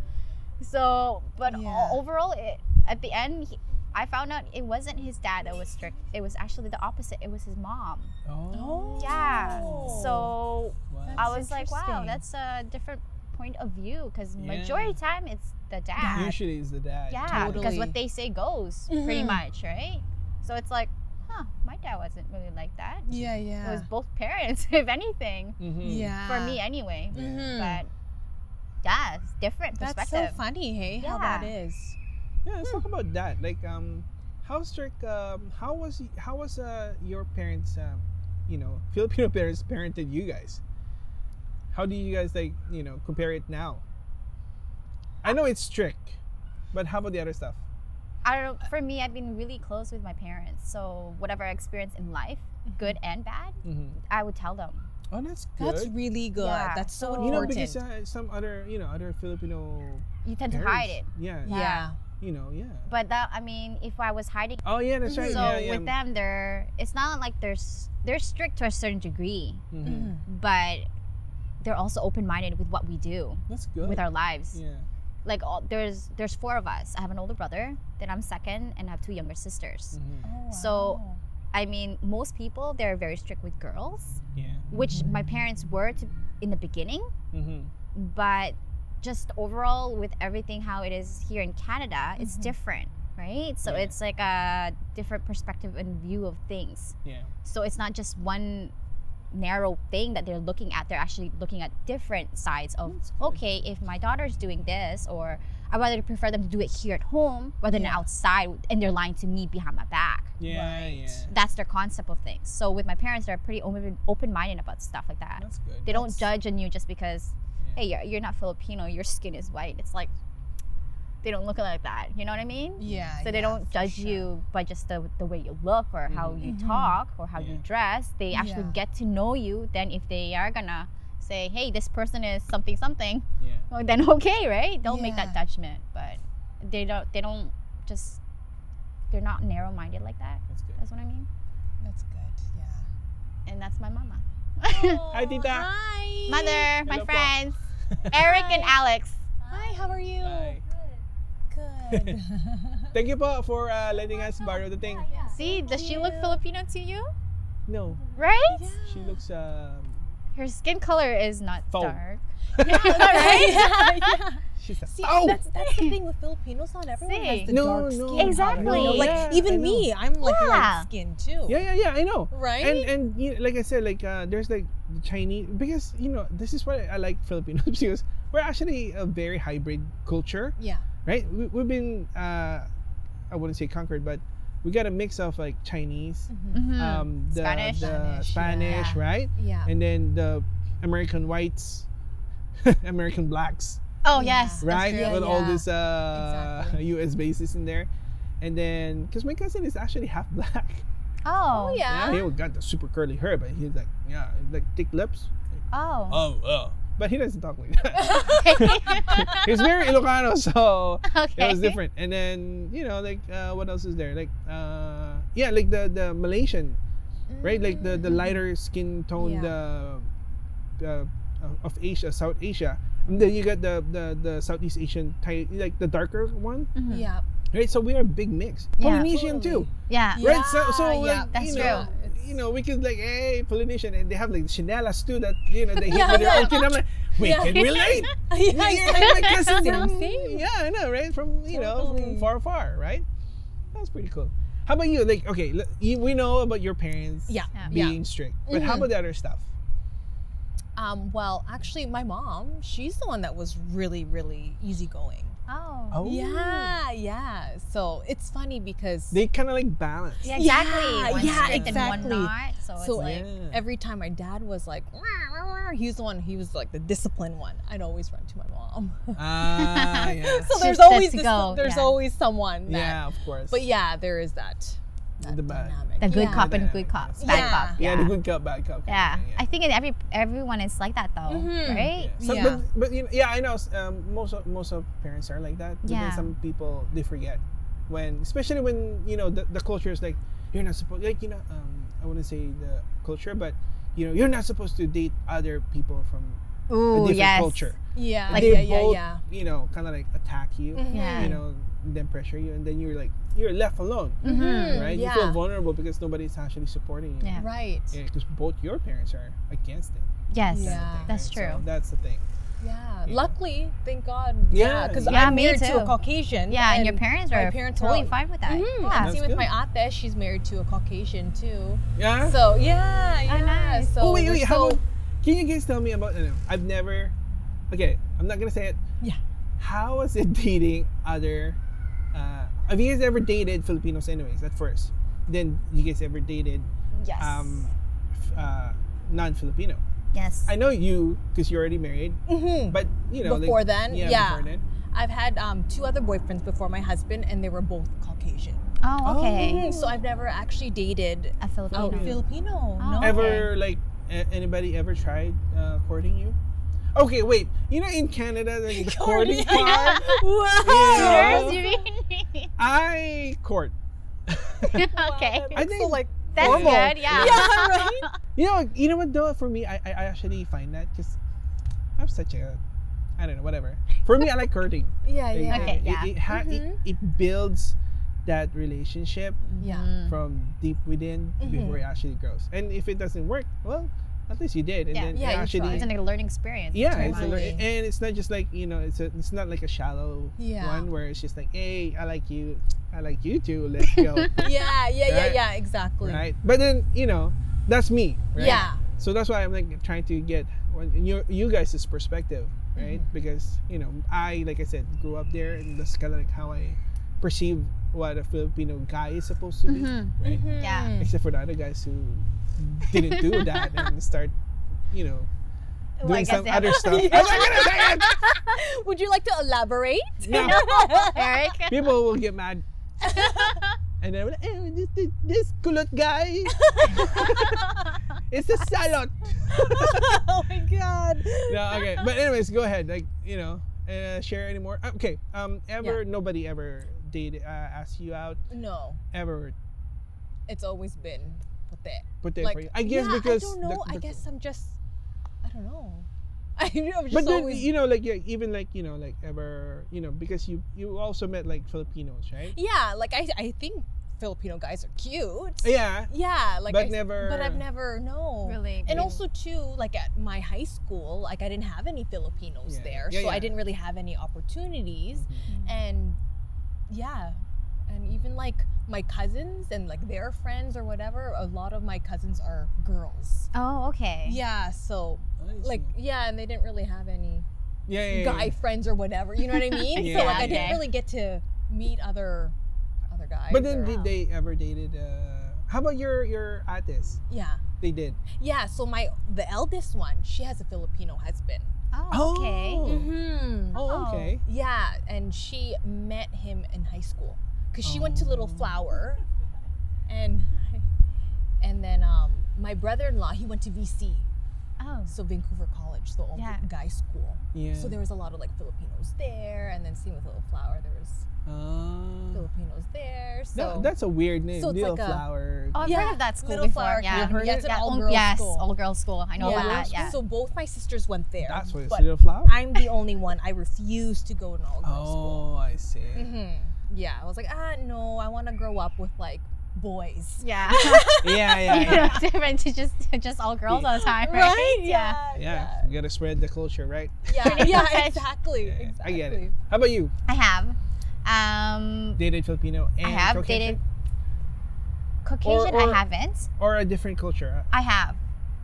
So, but o- Yeah. overall, it, at the end, he, I found out it wasn't his dad that was strict. It was actually the opposite. It was his mom. oh. Yeah. Oh. So wow. I That's was like, wow, interesting. that's a different point of view because Yeah. majority of time it's the dad. Usually it's the dad. Yeah, because Totally. what they say goes pretty Mhm. much, right? So it's like, huh, my dad wasn't really like that. Yeah. It was Yeah. both parents, if anything, Mm-hmm. Yeah. for me anyway. Mhm. But yeah, it's different That's so perspective. funny, hey? How that is. Yeah, let's Hmm. talk about that. Like, um, how strict? Um, how was y- how was uh your parents? Um, you know, Filipino parents parented you guys. How do you guys like you know compare it now? I know it's strict, but how about the other stuff? I don't know. For me, I've been really close with my parents, so whatever I experience in life, good and bad, Mm-hmm. I would tell them. Oh, that's good. That's really good. Yeah. That's so So- you know important. because uh, some other you know other Filipino You tend to parents, hide it, Yeah, yeah. Yeah. you know, yeah. but that I mean, if I was hiding, oh yeah, that's right. so yeah, yeah. with them, they're it's not like they're s- they're strict to a certain degree, Mhm. Mm-hmm. but they're also open-minded with what we do That's good. with our lives. yeah. like all, there's there's four of us. I have an older brother, then I'm second, and I have two younger Mhm. sisters. Oh, Mm-hmm. So- wow. Mm. I mean, most people they're very strict with girls, Yeah. which my parents were to, in the beginning, Mm-hmm. but just overall with everything how it is here in Canada, it's different, right? So Mm-hmm. Yeah. it's like a different perspective and view of things. Yeah. So it's not just one narrow thing that they're looking at. They're actually looking at different sides of That's good. okay, if my daughter's doing this, or I rather prefer them to do it here at home rather than Yeah. outside, and they're lying to me behind my back. Yeah. Yeah. That's their concept of things. So with my parents, they're pretty open open minded about stuff like that. That's good. They don't That's- judge on you just because, Yeah. hey, you're, you're not Filipino, your skin is white. It's like they don't look like that. You know what I mean? Yeah. so they yeah, don't for judge sure. you by just the, the way you look or how you Mhm. talk or how Yeah. you dress they actually Yeah. get to know you then if they are gonna say hey this person is something something Yeah. well, then okay right don't make that Yeah. judgment but they don't they don't just they're not narrow-minded like that That's good. that's what i mean That's good. Yeah. and that's my mama Oh. Hi, Tita. Hi. mother my Hello po. friends eric and alex Hi, how are you? Hi. Good. Thank you po for uh, letting us borrow the thing. see does she look you. filipino to you No, right yeah. she looks um her skin color is not Foul. dark right? she's a See, Oh! that's, that's the thing with Filipinos. Not everyone See. has the No, dark no. skin. Exactly. color, you know? Like Yeah, I even know. me, I'm like Yeah. light skinned too. Yeah, yeah, yeah, I know. Right. And and you like I said like uh, there's like the Chinese because you know this is why I like Filipinos because we're actually a very hybrid culture, yeah. right? We, we've been uh I wouldn't say conquered but we got a mix of like Chinese, Mhm. um the Spanish. the Spanish, Spanish yeah. right? Yeah. and then the American whites, American blacks, Oh Yeah. yes, right? That's true. With all Yeah. these uh, Exactly. U.S. bases in there, and then because my cousin is actually half black, Oh, Oh yeah, Ah. yeah. he got the super curly hair, but he's like, yeah, like thick lips. Oh. Oh, oh. But he doesn't talk like that. He's very Ilocano, so it okay. was different. And then you know, like uh, what else is there? Like uh, yeah, like the the Malaysian, right? Like the the lighter skin tone, the uh, of Asia, South Asia. And then you got the the the Southeast Asian, Thai, like the darker one, Mhm. Yeah. right? So we are a big mix. Yeah. Polynesian too, Yeah. Yeah. right? So so like, yeah, that's you know, you know, we could like hey Polynesian, and they have like chinelas too that you know they hit Yeah, with their yeah. own kid. I'm like, we Yeah. can relate. yeah, Yeah, yeah, yeah, my cousin Same from- thing. Yeah, I know, right? From you know, from Totally. far, far, right? That's pretty cool. How about you? Like, okay, l- you, we know about your parents Yeah. Yeah. Mm-hmm. being strict, but how about the other stuff? Um, well, actually, my mom, she's the one that was really, really easygoing. Oh. Oh, Yeah, Yeah, yeah. So it's funny because They kind of like balance. Yeah, exactly. Yeah, one yeah, strict and exactly. one not. So, So it's like, like every time my dad was like, "Wah, wah, wah," he was the one. He was like the disciplined one. I'd always run to my mom. Ah, yeah. so there's She's set always to this, go, there's yeah. always someone. That, yeah, of course. But yeah, there is that. that The bad. dynamic. the good yeah. cop and Yeah. good cop, bad Yeah. cop. yeah, Yeah. the good cop, bad cop. kind of Yeah. thing, I think in every everyone is like that though, Mhm. right? Yeah. So, Yeah. But, but you know, yeah, I know s- um, most of, most of parents are like that. But then Yeah. some people they forget when, especially when you know the, the culture is like you're not supposed like you know um, I wouldn't say the culture, but you know you're not supposed to date other people from a Ooh, different yes. culture. Yeah, Like- they yeah, yeah, both, yeah. you know, kind of like attack you, Mhm. Mm-hmm. Yeah. you know, then pressure you, and then you're like you're left alone, Mhm. right? Mm, Yeah. You feel vulnerable because nobody's actually supporting you. Yeah. Right. Yeah, because both your parents are against it. Yes. Yeah. That's So true. that's the thing. Yeah. Yeah. Luckily, thank God. Yeah. Yeah, because Yeah, I'm me married to too. a Caucasian. Yeah, and, your parents my are parents are totally all- fine with that. Mhm, Yeah. and That's same with good. my aunt. there, She's married to a Caucasian too. Yeah. So yeah, Oh, yeah. nice. So oh wait, we're wait. How so- about, can you guys tell me about? No, no, I've never. Okay, I'm not gonna say it. Yeah. How was it dating other? Uh, have you guys ever dated Filipinos, anyways? At first, then you guys ever dated Yes. um, f- uh, non-Filipino? yes. I know you because you're already married, Mhm. but you know like- Before then? yeah, Yeah. Before then. I've had um, two other boyfriends before my husband, and they were both Caucasian. oh, okay. Mhm, So I've never actually dated Oh. A a Filipino. Filipino. Oh, no. okay. Ever like a- anybody ever tried uh, courting you? Okay, wait. You know in Canada like, the courting Courting. part. Whoa. Yours, you mean? I court. okay. I so think like That's horrible. good. Yeah. yeah, right. You know, you know what though? For me, I, I I actually find that just I'm such a I don't know, whatever. For me, I like courting. Yeah, Like, yeah. Okay. It, yeah. It, it, ha- Mhm. it, it builds that relationship Yeah. Mm. from deep within Mhm. before it actually grows. And if it doesn't work, well, at least you did. And Yeah. then Yeah, it you actually. It's like a learning experience. yeah, very it's a, much. lear- Totally. and it's not just like you know, it's a, it's not like a shallow Yeah. one where it's just like, hey, I like you, I like you too, let's go, Yeah, yeah, yeah, Right. yeah, exactly. right? But then you know, that's me, right? Yeah. so that's why I'm like trying to get when- you you guys' perspective, right? Mm-hmm. Because you know I like I said grew up there, and that's kind of like how I perceive what a Filipino guy is supposed to be, Mm-hmm. Mhm. right? Yeah. Mhm. Except for the other guys who didn't do that and start, you know, Oh, doing Like I some said. other stuff. I'm not gonna say it. Would you like to elaborate? No, Eric. people will get mad. And then oh, this, this, this kulot guy, it's a salot. oh my god. no, okay. But anyways, go ahead. Like you know, uh, share any more. Uh, Okay. Um, ever nobody ever did uh, ask you out No, ever it's always been puti. put there Like, for you. I guess yeah, because I don't the- know. I the- guess I'm just I don't know. I know I'm just But then always you know, like yeah, even like you know, like ever you know, because you you also met like Filipinos, right? Yeah, like I I think Filipino guys are cute. Oh, Yeah. Yeah, like But I, never- But I've never no. Really good. And also too, like at my high school, like I didn't have any Filipinos Yeah. there, Yeah, so I yeah. didn't really have any opportunities. Mhm. And yeah, and even like my cousins and like their friends or whatever, a lot of my cousins are girls. Oh, okay. Yeah, so I like see. yeah, and they didn't really have any yeah, yeah, yeah, guy yeah. friends or whatever. You know what I mean? Yeah. So like I Okay. didn't really get to meet other other guys. But then or- did they ever dated? Uh, how about your your artist? yeah. They did. Yeah, so my the eldest one, she has a Filipino husband. Oh, okay. Oh. Mm-hmm. Oh, okay. Yeah, and she met him in high school because she went to Little Oh. Flower, and and then um, my brother-in-law he went to VC, Oh. so Vancouver College, the old Yeah. guy school. Yeah. So there was a lot of like Filipinos there, and then same with Little Flower, there was Ah. Filipinos there. So That- that's a weird name. so it's Little like a- flower. Oh, I've Yeah, heard of that school Little before. Flower yeah. Academy. Yeah, it's an yeah, all um, girls yes, school. all girls school. I know about that. Yeah. So both my sisters went there. That's what it's but little flower. I'm the only one. I refuse to go in all girls Oh, school. I see. Mm-hmm. Yeah, I was like, ah, no, I want to grow up with like boys. yeah. Yeah, yeah, you yeah. know, different to just just all girls all the time, right? Yeah. Yeah, you gotta spread the culture, right? Yeah. Yeah. much. yeah exactly. Yeah, yeah. I Exactly. get it. How about you? I have. Um, Dated Filipino and I have Caucasian? dated Caucasian. or- I haven't. or a different culture. I have.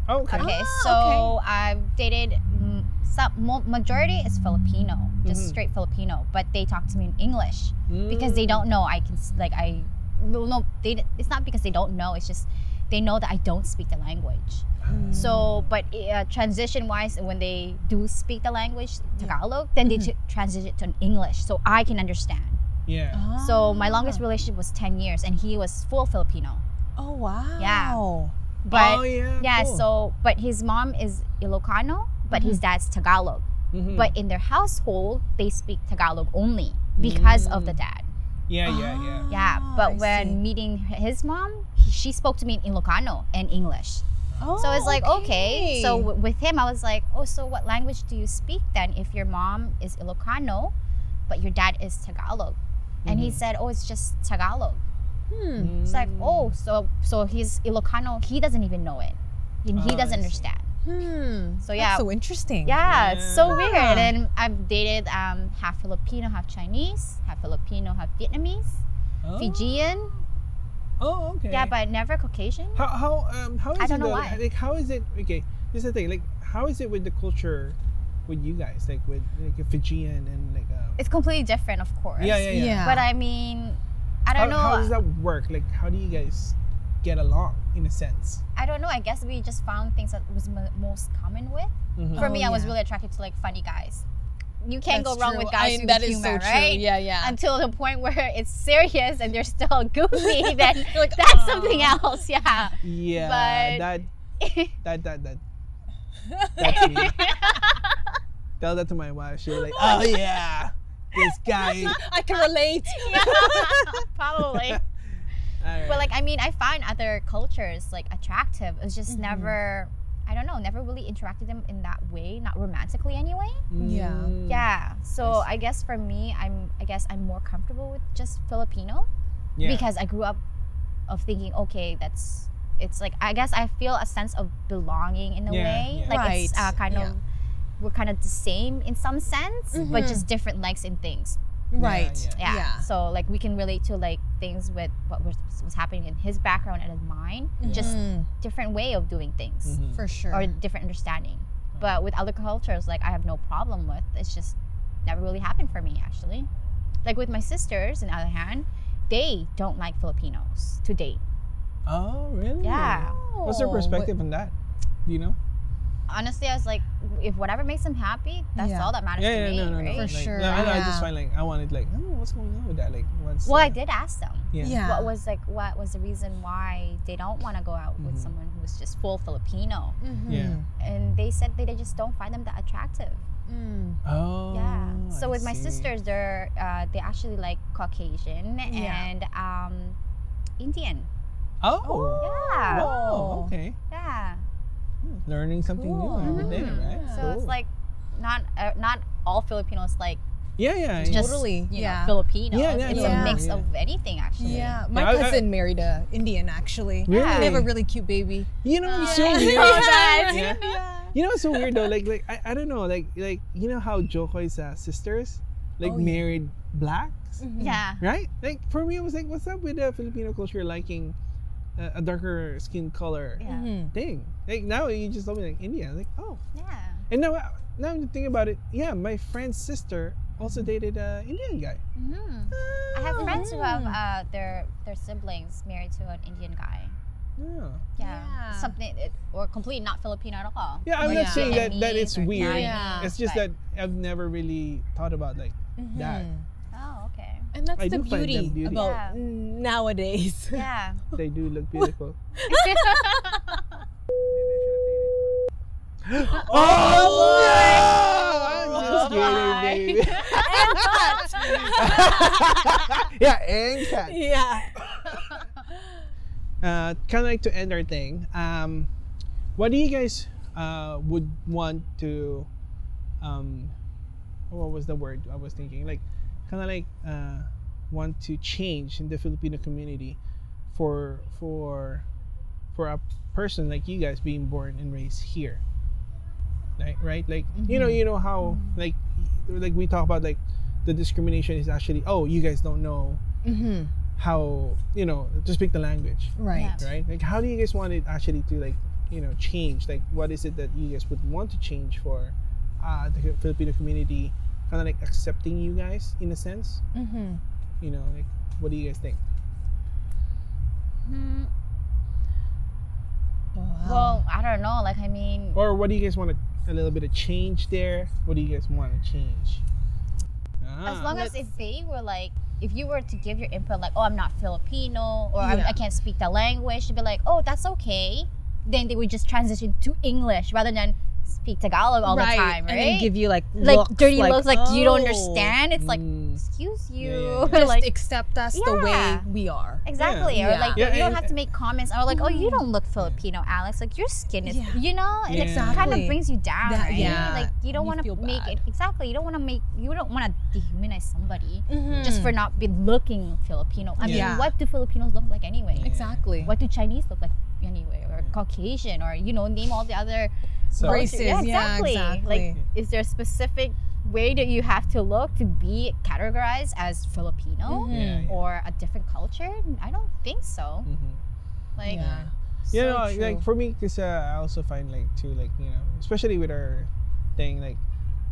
Oh, okay. Okay, Ah, so I've dated mm, some mo- majority is Filipino, just Mhm. straight Filipino, but they talk to me in English because they Mm, don't know I can s- like I no no they it's not because they don't know it's just they know that I don't speak the language. So but uh, transition wise when they do speak the language Tagalog then they t- transition to English so I can understand. Yeah. So my longest Ah. relationship was 10 years and he was full Filipino. Oh wow. But oh, yeah. yeah, cool. so but his mom is Ilocano but his dad's Tagalog. Mhm. But in their household they speak Tagalog only because of the dad. yeah, yeah, yeah. Yeah, Ah, but I when see. meeting his mom, he, she spoke to me in Ilocano and English. Oh, so it's like, okay. So w- with him, I was like, oh, so what language do you speak then if your mom is Ilocano, but your dad is Tagalog? And he said, oh, it's just Tagalog. Hmm. It's like, Mm. oh, so so he's Ilocano. He doesn't even know it. And he Ah, doesn't I see. understand. Hmm. So yeah, That's so interesting. yeah, it's so Yeah. weird. And I've dated um, half Filipino, half Chinese, half Filipino, half Vietnamese, Oh. Fijian. Oh, okay. Yeah, but never Caucasian. how how um how is I don't it know though, why. like how is it okay? This is the thing. Like how is it with the culture, with you guys? Like with like a Fijian and like uh, It's completely different, of course. yeah yeah yeah. Yeah. But I mean, I How, don't know. how does that work? Like how do you guys get along in a sense? I don't know. I guess we just found things that was m- most common with. Mhm. For me, Oh, I was yeah. really attracted to like funny guys. You can't That's go wrong true. with guys I mean, who that is humor, so true. right? Yeah, yeah. Until the point where it's serious and they're still goofy, then You're like, that's "Aw." something else. Yeah. Yeah, But- that that that that that's me. Tell that to my wife. She'll be like, oh yeah, this guy. I can relate. yeah. Probably. Alright. But like, I mean, I find other cultures like attractive. It's just Mm-hmm. never, I don't know, never really interacted them in that way, not romantically anyway. Yeah. Mm. Yeah. So I I guess for me, I'm, I guess I'm more comfortable with just Filipino Yeah. because I grew up of thinking, okay, that's, it's like I guess I feel a sense of belonging in a Yeah, way. yeah. Like it's Right. uh, kind of, we're kind of the same in some sense, but Mm-hmm. Mhm. just different likes and things. Right. yeah. Yeah. Yeah. So like we can relate to like things with what was, was happening in his background and in mine, just Mm, different way of doing things Mhm. for sure. or different understanding. But with other cultures, like I have no problem with. It's just never really happened for me actually. Like with my sisters, on the other hand, they don't like Filipinos to date. Oh really? Yeah. What's their Oh, what- perspective on that? Do you know? Honestly, I was like, if whatever makes them happy, that's Yeah. all that matters to Yeah, yeah, me, no, no, no. right? For like, sure, No, I, know, I just yeah. find like I wanted like, oh, what's going on with that? Like, what's Well, I uh, did ask them. Yeah. Yeah. What was like? What was the reason why they don't want to go out with Mhm. someone who was just full Filipino? Mm-hmm. Yeah. and they said that they just don't find them that attractive. Mm. Oh. yeah. So I with my see. sisters, they're uh, they actually like Caucasian Yeah. and um, Indian. Oh. Yeah. Wow. Okay. Yeah. Mm-hmm. Hmm, Learning something new every day, Cool. right? So it's Cool. like not uh, not all Filipinos like Yeah, yeah. It's just Totally. you Yeah. know Filipino. Yeah, yeah, it's yeah. a mix Yeah. of anything actually. Yeah. Yeah, My I- I- cousin married a Indian actually. Really? Yeah. They have a really cute baby. you know, it's so Aw. weird. Oh, that's- Yeah. You know, it's so weird though. Like, like I, I don't know. Like, like you know how Jokoy's uh, sisters, like, Oh, yeah. married blacks, Mm-hmm. Yeah. right? Like, for me, I was like, what's up with the Filipino culture liking uh, a darker skin color Yeah. Mhm. thing? Like now, you just told me like India. Like, oh, Yeah. And now, now I'm thinking about it. Yeah, my friend's sister also dated an Indian guy. Mhm. I have friends who have uh, their their siblings married to an Indian guy. Oh, Yeah, Yeah. Yeah. Something it, or completely not Filipino at all. yeah. I'm Like not saying that, that it's Vietnamese or weird. Yeah. It's just Right. that I've never really thought about like that. Mhm. Oh, okay. And that's I the do find them beauty, beauty. about Yeah. nowadays. Yeah. They do look beautiful. oh, no! I'm just Oh, my. kidding, baby. yeah, and cat. yeah. uh, kind of like to end our thing. Um, what do you guys uh, would want to? Um, what was the word I was thinking? Like, kind of like uh, want to change in the Filipino community for for for a person like you guys being born and raised here. Right, right. Like you know, you know how like like we talk about like the discrimination is actually oh you guys don't know Mm-hmm. how you know to speak the language Right. Yeah. right like how do you guys want it actually to like you know change like what is it that you guys would want to change for uh, the Filipino community kind of like accepting you guys in a sense? Mm-hmm. You know, like what do you guys think? Hmm. Wow. Well, I don't know. Like, I mean, Or what do you guys want to, a little bit of change there? What do you guys want to change? Ah. as long as if they were like, if you were to give your input, like, oh, I'm not Filipino, or I'm- I, Yeah. I can't speak the language, to be like, oh, that's okay. Then they would just transition to English rather than speak Tagalog all the time, right? And then give you like like looks, dirty looks, like you don't "Oh." understand. It's like, Mm. excuse you, yeah, yeah. Just like accept us the way Yeah. we are. exactly, or Yeah. like Yeah, you don't and- have to make comments. Or like, oh, you don't look Filipino, Alex. Like your skin is, Yeah. you know, and it Yeah. kind of Exactly. brings you down, That- right? yeah. Like you don't You want to feel make bad. it exactly. You don't want to make you don't want to dehumanize somebody. Mhm. just for not be looking Filipino. I mean, Yeah. what do Filipinos look like anyway? Yeah. Mm-hmm. exactly. What do Chinese look like anyway? Or Yeah. Caucasian, or you know, name all the other So- cultures. Races, yeah, Like, exactly. is there a specific way that you have to look to be categorized as Filipino Yeah, yeah. or a different culture? I don't think so. Mhm. Like, yeah. you So know true. like for me because uh, i also find like too like you know especially with our thing like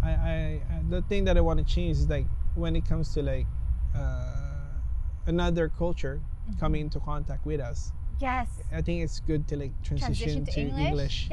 i i, I the thing that i want to change is like when it comes to like uh, another culture Mm-hmm. coming into contact with us yes. i think it's good to like transition, Transition to, English.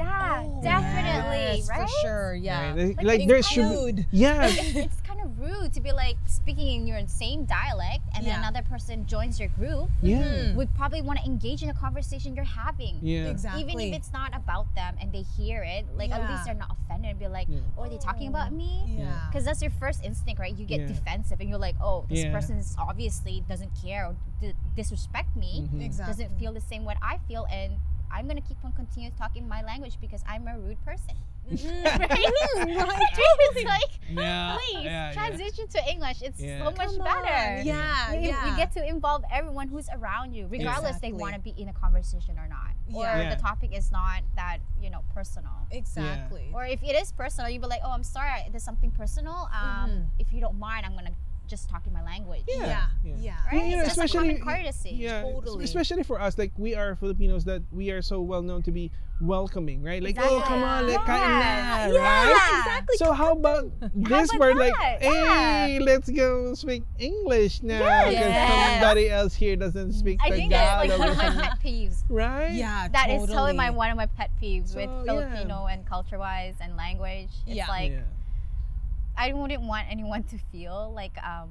english, Yeah, Oh, definitely, yes, right? For sure, yeah. Right? Like, Like, like there should be, Include. yeah it's, it's kind of rude to be like speaking in your same dialect and then Yeah. another person joins your group yeah Mhm. would probably want to engage in the conversation you're having yeah Exactly. even if it's not about them and they hear it like at least Yeah. they're not offended and be like Yeah. oh are they talking about me yeah. because that's your first instinct right you get Yeah. defensive and you're like oh this Yeah. person is obviously doesn't care or d- disrespect me Mhm. exactly. doesn't feel the same what i feel and i'm gonna keep on continue talking my language because i'm a rude person right, it's like Uh, yeah oh, please yeah, yeah. transition to English. It's Yeah. so much better. Yeah, You, you yeah. get to involve everyone who's around you, regardless they Exactly. want to be in a conversation or not, or Yeah. Yeah. the topic is not that you know personal. exactly. Or if it is personal, you'd be like, "Oh, I'm sorry, I- there's something personal. Um, Mhm. If you don't mind, I'm gonna just talk in my language." Yeah. Yeah. Yeah. Right? Yeah, it's just a especially- common courtesy. yeah, es- totally. especially for us, like we are Filipinos that we are so well known to be welcoming, right? Like, oh, come on, Exactly. let's kain na, Yeah. right? Yeah. Exactly. So how about this? about We're like, that? hey, let's go speak English now because Yes. somebody else here doesn't speak Mm. I think that's like Tagalog one or of my something, pet peeves. right? yeah. That is totally my totally. one of my pet peeves with So, yeah. Filipino and culture wise and language. It's Yeah. like yeah. I wouldn't want anyone to feel like um,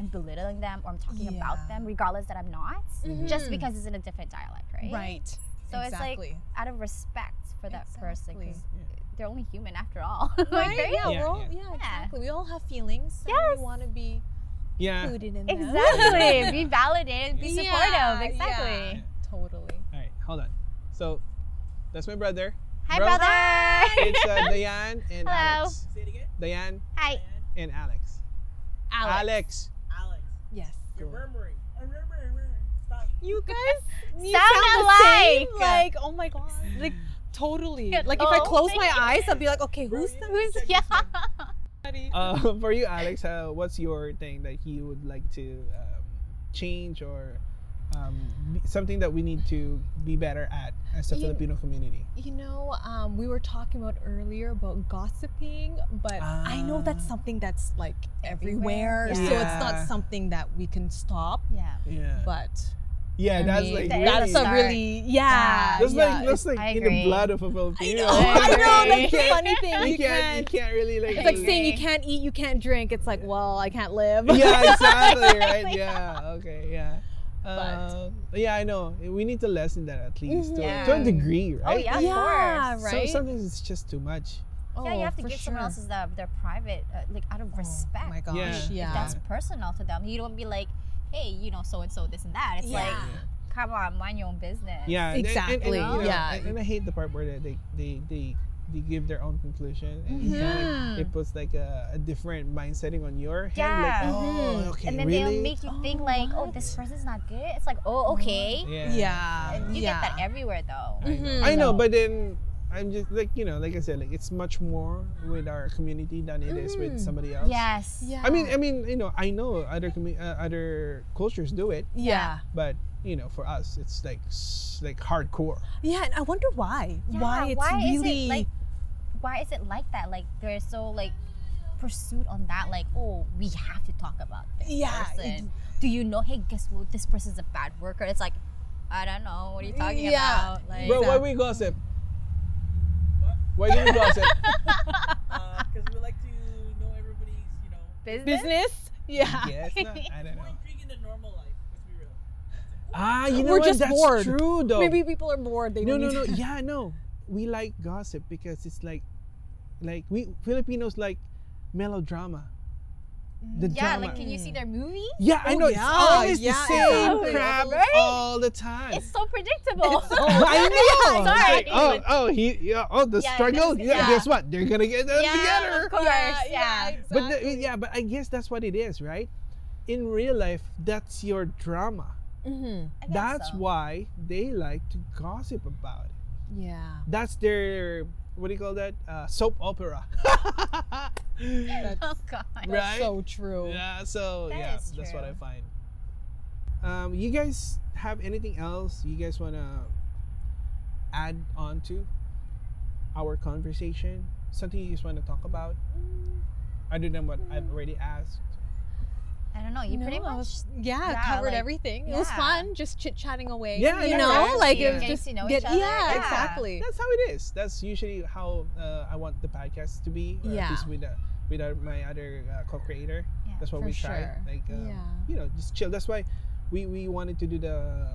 I'm belittling them or I'm talking about Yeah. them, regardless that I'm not, mm-hmm. Mm-hmm. just Mhm. because it's in a different dialect, right? Right. So it's like- exactly. Out of respect for that person, Exactly. because Yeah. they're only human after all. Like, Right? right? Yeah, Yeah, we're yeah. all, yeah. Yeah. exactly. We all have feelings. Yes. And we want to be Yeah. included in them. Exactly. be validated. Be Yeah, supportive. yeah. Exactly. Totally. All right, hold on. So that's my brother. Hi, Bro. brother. It's uh, Diane and Hello. Alex. Say it again. Diane Hi. and Alex. Alex. Alex. Alex, Yes. you're Go. murmuring. I'm murmuring, murmuring. Stop. You guys you Sound the alike. Same. Like, oh my god. Like, totally. Yeah, Like, if oh, I close thank my you. eyes, I'll be like, okay, Bro, who's you the need to Who's check yeah? yourself. buddy? Uh, for you, Alex, uh, what's your thing that you would like to um, change or um, be- something that we need to be better at as a You- Filipino community? You know, um, we were talking about earlier about gossiping, but I know that's Ah. something that's like Everywhere. everywhere, so Yeah. it's Yeah. not something that we can stop. Yeah. Yeah, But yeah, I that's mean, like That really, that's that's a start. really yeah. That's yeah, like that's like I in the agree. blood of a Filipino. I I know that's agree. the funny thing. you can't you You can't. can't really like. It's like really- saying you can't eat, you can't drink. It's like, well, I can't live. yeah, exactly, right? Yeah, okay, yeah. Uh, yeah, I know. We need to lessen that at least to, Mhm. to a Yeah. degree, Oh right? yeah, of Mm-hmm. Yeah, course. So- right. sometimes it's just too much. yeah, you have to Oh, for give someone sure. else's the, their private, uh, like out of Oh, respect. my gosh, Yeah. If yeah. that's personal to them. You don't be like, hey, you know, so and so, this and that. It's like, Yeah. come on, mind your own business. Yeah, and- and- and, Exactly, you know, yeah. and, and I hate the part where they they they, they give their own conclusion, and it's kinda like, it puts like a, a different mindsetting on your head. Yeah. Like, oh, Mhm. okay, And then really? they'll make you think Oh, like, oh, what? this person's not good. It's like, oh, okay. yeah. Yeah. And you yeah. get that everywhere I though. know. Mhm. I know, No. but then I'm just like you know, like I said, like it's much more with our community than it is with Mhm. somebody else. Yes. Yeah. I mean, I mean, you know, I know other commu- uh, other cultures do it, yeah. but you know, for us, it's like s- like hardcore. Yeah, and I wonder why. Yeah, why it's why is it, really like, why is it like that? Like they're so like pursuit on that. Like oh, we have to talk about this Yeah, it- person. Do you know? Hey, guess what? This person's a bad worker. It's like, I don't know. What are you talking Yeah. about? Like, Bro, why we gossip? Why do we gossip? Because uh, we like to know everybody's, you know, business. Business? Yeah. yes, no, I don't more know. intriguing than normal life. Let's be real. Ah, you know We're what? just That's bored. true though. Maybe people are bored. They no, don't no, need no. yeah, no. We like gossip because it's like, like we Filipinos like melodrama. The Yeah, drama. like can you see their movie? yeah, I Oh, know. yeah, it's always yeah, the same exactly. crap Right? all the time. It's so predictable. I know. Yeah, It's like, exactly. oh, oh, he, yeah, oh, the Yeah, struggle. that's- Yeah, yeah. guess what? They're gonna get them together. of course. Yeah, But the- yeah, but I guess that's what it is, right? In real life, that's your drama. Mm-hmm. I guess That's so. why they like to gossip about it. Yeah. That's their what do you call that? Uh, soap opera. That's, Oh god. Right. that's so true. yeah. So That yeah, is that's what I true. find. Um, you guys have anything else you guys wanna add on to our conversation? Something you just want to talk about, other than what I've already asked. I don't know. You No, pretty I much. was- yeah, yeah, covered like- everything. It was yeah. fun, just chit chatting away. Yeah, you yeah, know, exactly. like it was Getting just to know get- each other, Yeah, yeah. exactly. That's how it is. That's usually how uh, I want the podcast to be. Or Yeah. At least with uh, with our, my other uh, co-creator. Yeah, That's what for we try. sure. Like, um, Yeah. you know, just chill. That's why we we wanted to do the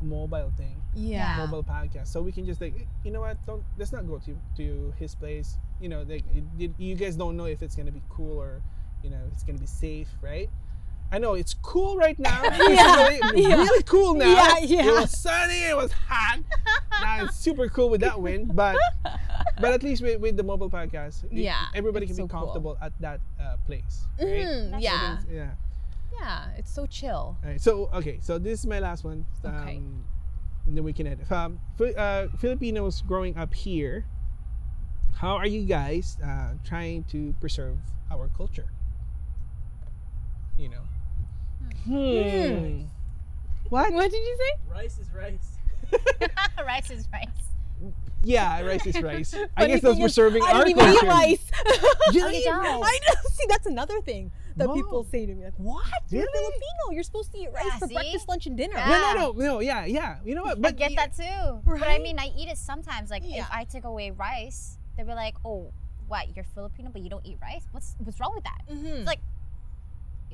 mobile thing, Yeah. Yeah. mobile podcast, so we can just like, eh, you know what? Don't let's not go to to his place. You know, like it, it- you guys don't know if it's gonna be cool or, you know, if it's gonna be safe, right? I know it's cool right now. It's really, yeah. really cool now. Yeah, yeah. It was sunny. It was hot. now it's super cool with that wind, but but at least with, with the mobile podcast, it- Yeah, everybody it's can be so cool. comfortable at that uh, place, right? Mhm, That's yeah. Yeah. Yeah. It's so chill. All right, so okay, so this is my last one. Um, Okay. And then we can end. Um, Fi- uh, Filipinos growing up here, how are you guys uh, trying to preserve our culture? You know. Hmm. What? What did you say? Rice is rice. rice is rice. Yeah, rice is rice. I Funny guess those thing were is, serving I our don't even eat culture. rice. You Oh, you eat don't? rice? I know. See, that's another thing that Wow. people say to me, like, "What? You're Really? Filipino. You're supposed to eat rice Yeah, for see? breakfast, lunch, and dinner." Yeah. No, no, no, no. Yeah, yeah. You know what? I get y- that too. But I Right? mean, I eat it sometimes. Like Yeah. if I took away rice, they'd be like, "Oh, what? You're Filipino, but you don't eat rice? What's what's wrong with that? Is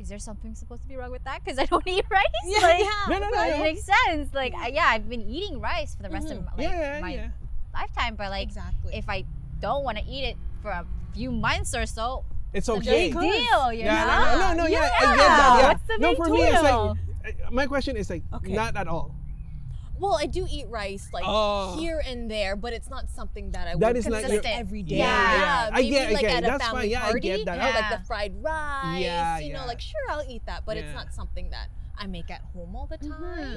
Mhm. there something supposed to be wrong with that? Because I don't eat rice. Yeah, Like, yeah. No, no, no. But it no. makes sense. Like, I, yeah, I've been eating rice for the rest of my, like, Mm-hmm. yeah, my yeah, yeah. lifetime. But like, exactly. if I don't want to eat it for a few months or so, It's it's a okay. big deal. You Yeah, know? no, no, no, no, yeah, I get that. Yeah, Yeah. what's the no, big for me, it's deal? like uh, my question is like Okay. not at all. well, I do eat rice like Oh. here and there, but it's not something that I That is would not consider your- every day. Yeah, yeah. I maybe get- I like get it. at That's a fine. family Yeah, I party, get that. you know, like Yeah. the fried rice. Yeah, you yeah. know, like sure I'll eat that, but Yeah. it's not something that I make at home all the time.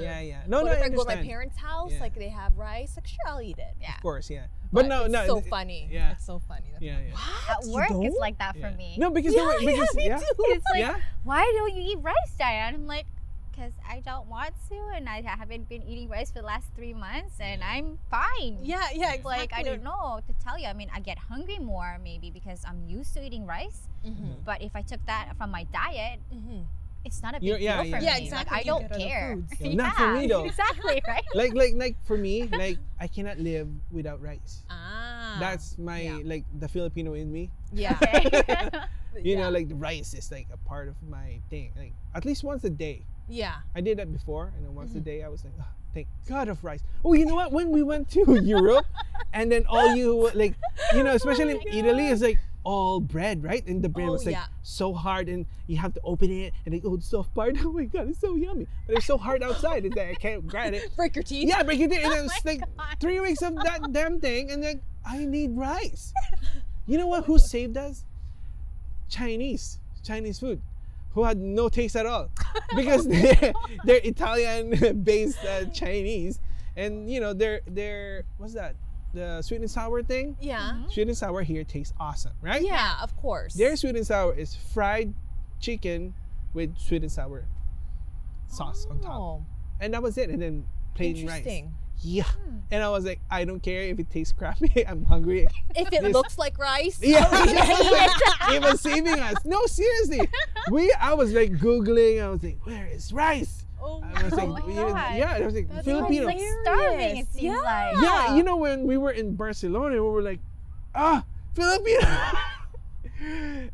Mhm. Yeah, yeah. No, but no, Mm. if I, I go to my understand. parents' house, Yeah. like they have rice, like sure I'll eat it. Of Yeah. course, yeah. But, no, it's no. so it- funny. yeah. it's so funny. That's- Yeah, yeah. At You work, it's don't? like that for yeah. me. No, because the way, Yeah, yeah, because me yeah, too. It's like, yeah. why don't you eat rice, Diane? I'm like, because I don't want to, and I haven't been eating rice for the last three months, and I'm fine. Yeah, yeah, It's Like, I exactly. don't know to tell you. I mean, I get hungry more maybe because I'm used to eating rice, Mm-hmm, Mhm. but if I took that from my diet, Mhm. it's not a big You're- yeah, deal for yeah. me. Yeah, exactly. Like, I You don't get other care. foods. Yeah, not for me, though. Exactly, right? Like, like, like for me, like I cannot live without rice. Ah, That's my yeah. like the Filipino in me. yeah. Okay. You yeah. know, like the rice is like a part of my thing. Like at least once a day. yeah. I did that before, and then once Mm-hmm. a day I was like, oh, thank God of rice. Oh, you know what? When we went to Europe, and then all you like, you know, especially in Italy, it's like all bread, right? And the bread Oh, was like yeah. so hard, and you have to open it, and like, oh, the soft part. Oh my God, it's so yummy, but it's so hard outside that I can't grab it. Break your teeth. Yeah, break it down. And it was my like God. three weeks of that damn thing, and then I need rice. You know what? Who saved us? Chinese, Chinese food, who had no taste at all, because they're, they're Italian-based uh, Chinese, and you know their their what's that? The sweet and sour thing. Yeah. Mm-hmm. Sweet and sour here tastes awesome, right? Yeah, of course. Their sweet and sour is fried chicken with sweet and sour sauce on top, Oh, and that was it. And then plain rice. Interesting. yeah. And I was like, I don't care if it tastes crappy. I'm hungry. If it This- looks like rice, Oh, Yeah, even saving us. No, seriously. We, I was like googling. I was like, where is rice? Oh, I was like, my you know, God. yeah. I was like, That's Filipino. Like starving, it Hilarious. seems like. yeah, you know when we were in Barcelona, we were like, ah, Filipino.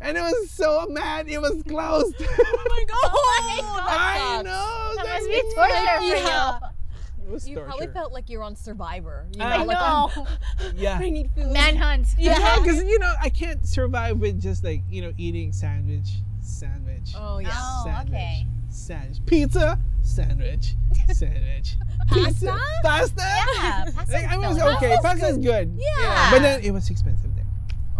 and it was so mad. It was closed. Oh Oh oh, I know. I That must was be like, torture for Yeah. you. It was You torture. probably felt like you're on Survivor. You know, I I like, know. yeah. I need food. Manhunt. Yeah, because you know I can't survive with just like you know eating sandwich, sandwich, Oh yeah. Oh, sandwich, okay. sandwich, pizza, sandwich, sandwich, pizza, pasta. Yeah, pasta's Like, I was still- okay. Pasta's good. Yeah. But then it was expensive there.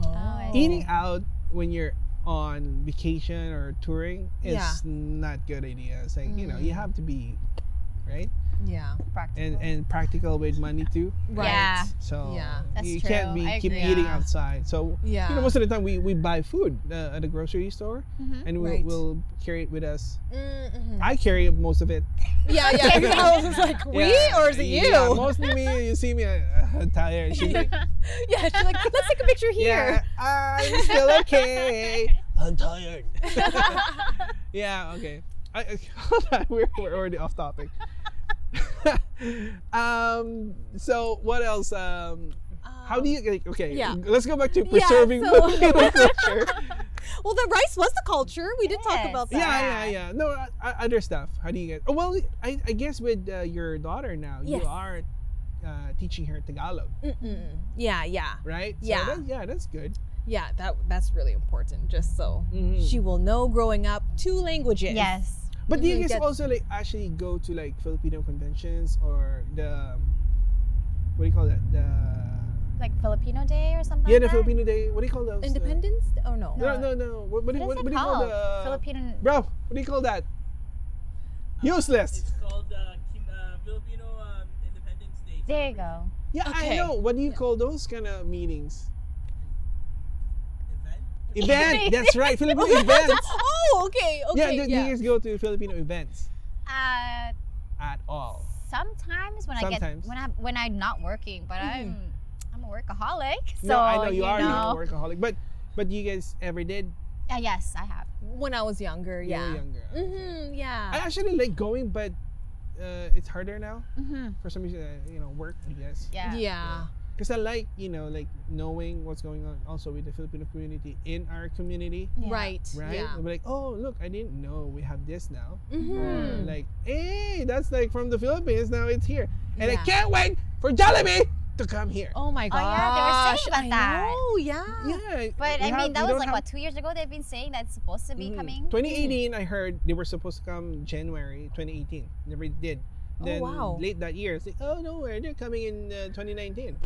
Oh, I Oh. see. Oh. Eating out when you're on vacation or touring is Yeah. not good idea. It's like you know you have to be right Yeah. and and practical with money too. Right. Yeah. So Yeah. That's you can't true. be I keep agree. eating Yeah. outside. So Yeah. you know, most of the time we, we buy food uh, at the grocery store Mhm. and we'll, Right. we'll carry it with us. Mm-hmm. I carry most of it. Yeah, yeah. Everyone else is like, we Yeah, or is it you? Yeah, mostly me. You see me uh, uh, tired. She's like, Yeah, she's like, let's take a picture here. yeah, I'm still okay. I'm tired. Uh, yeah, okay. I, I- hold on, we're, we're already off topic. um, so what else? Um, how do you like, okay? yeah. Let's go back to Yeah, preserving so- Filipino culture. Well, the rice was the culture. We did talk Yes. about that. yeah, yeah, yeah. No, I, I, other stuff. How do you get? Oh, well, I, I guess with uh, your daughter now, Yes. you are uh, teaching her Tagalog, Mm-mm. Yeah, yeah, right? Yeah. So that, yeah, that's good. yeah. That that's really important. Just so. Mhm. She will know growing up two languages. Yes. but do you Mhm, get- guys also like actually go to like Filipino conventions or the what do you call that? The Like Filipino Day or something. yeah, the like that? Filipino Day. What do you call those? Independence? Oh no. Uh, no, no, no. What, what, do you- What what, what is it do you call called? the Filipino. bro? What do you call that? Useless. It's called uh, Kin- uh, Filipino um, Independence Day. There you celebration. go. Yeah, I Okay. know. What do you call those kind of meetings? Event? Event. That's right, Filipino event. Oh, okay, yeah, okay, do, do you guys go to Filipino events Uh, at all? sometimes when Oh. I Sometimes. get when I when I'm not working, but I'm I'm a workaholic. So no, I know you, are Know, a workaholic, but but you guys ever did Uh, yes, I have. When I was younger, when you were yeah. younger? Mm. Mm-hmm, I yeah. actually like going, but uh, it's harder now Mm-hmm. for some reason. Uh, you know, work, I guess. Yeah. Yeah. Because I like you know like knowing what's going on also with the Filipino community in our community, Yeah. Right. right? Yeah. I'm like, oh look, I didn't know we have this now. Hmm. Or Mm-hmm. like, hey, that's like from the Philippines. Now it's here, and I Yeah. can't wait for Jollibee to come here. Oh my Oh, gosh. yeah, they were saying about I that. know, yeah. Yeah, But we I mean, have- that we was don't like have- what two years ago they've been saying that's supposed to be Mhm. coming. 2018, I heard they were supposed to come January 2018. Never did. Oh, Then wow. late that year, it's like, oh no, way, they're coming in uh, 2019.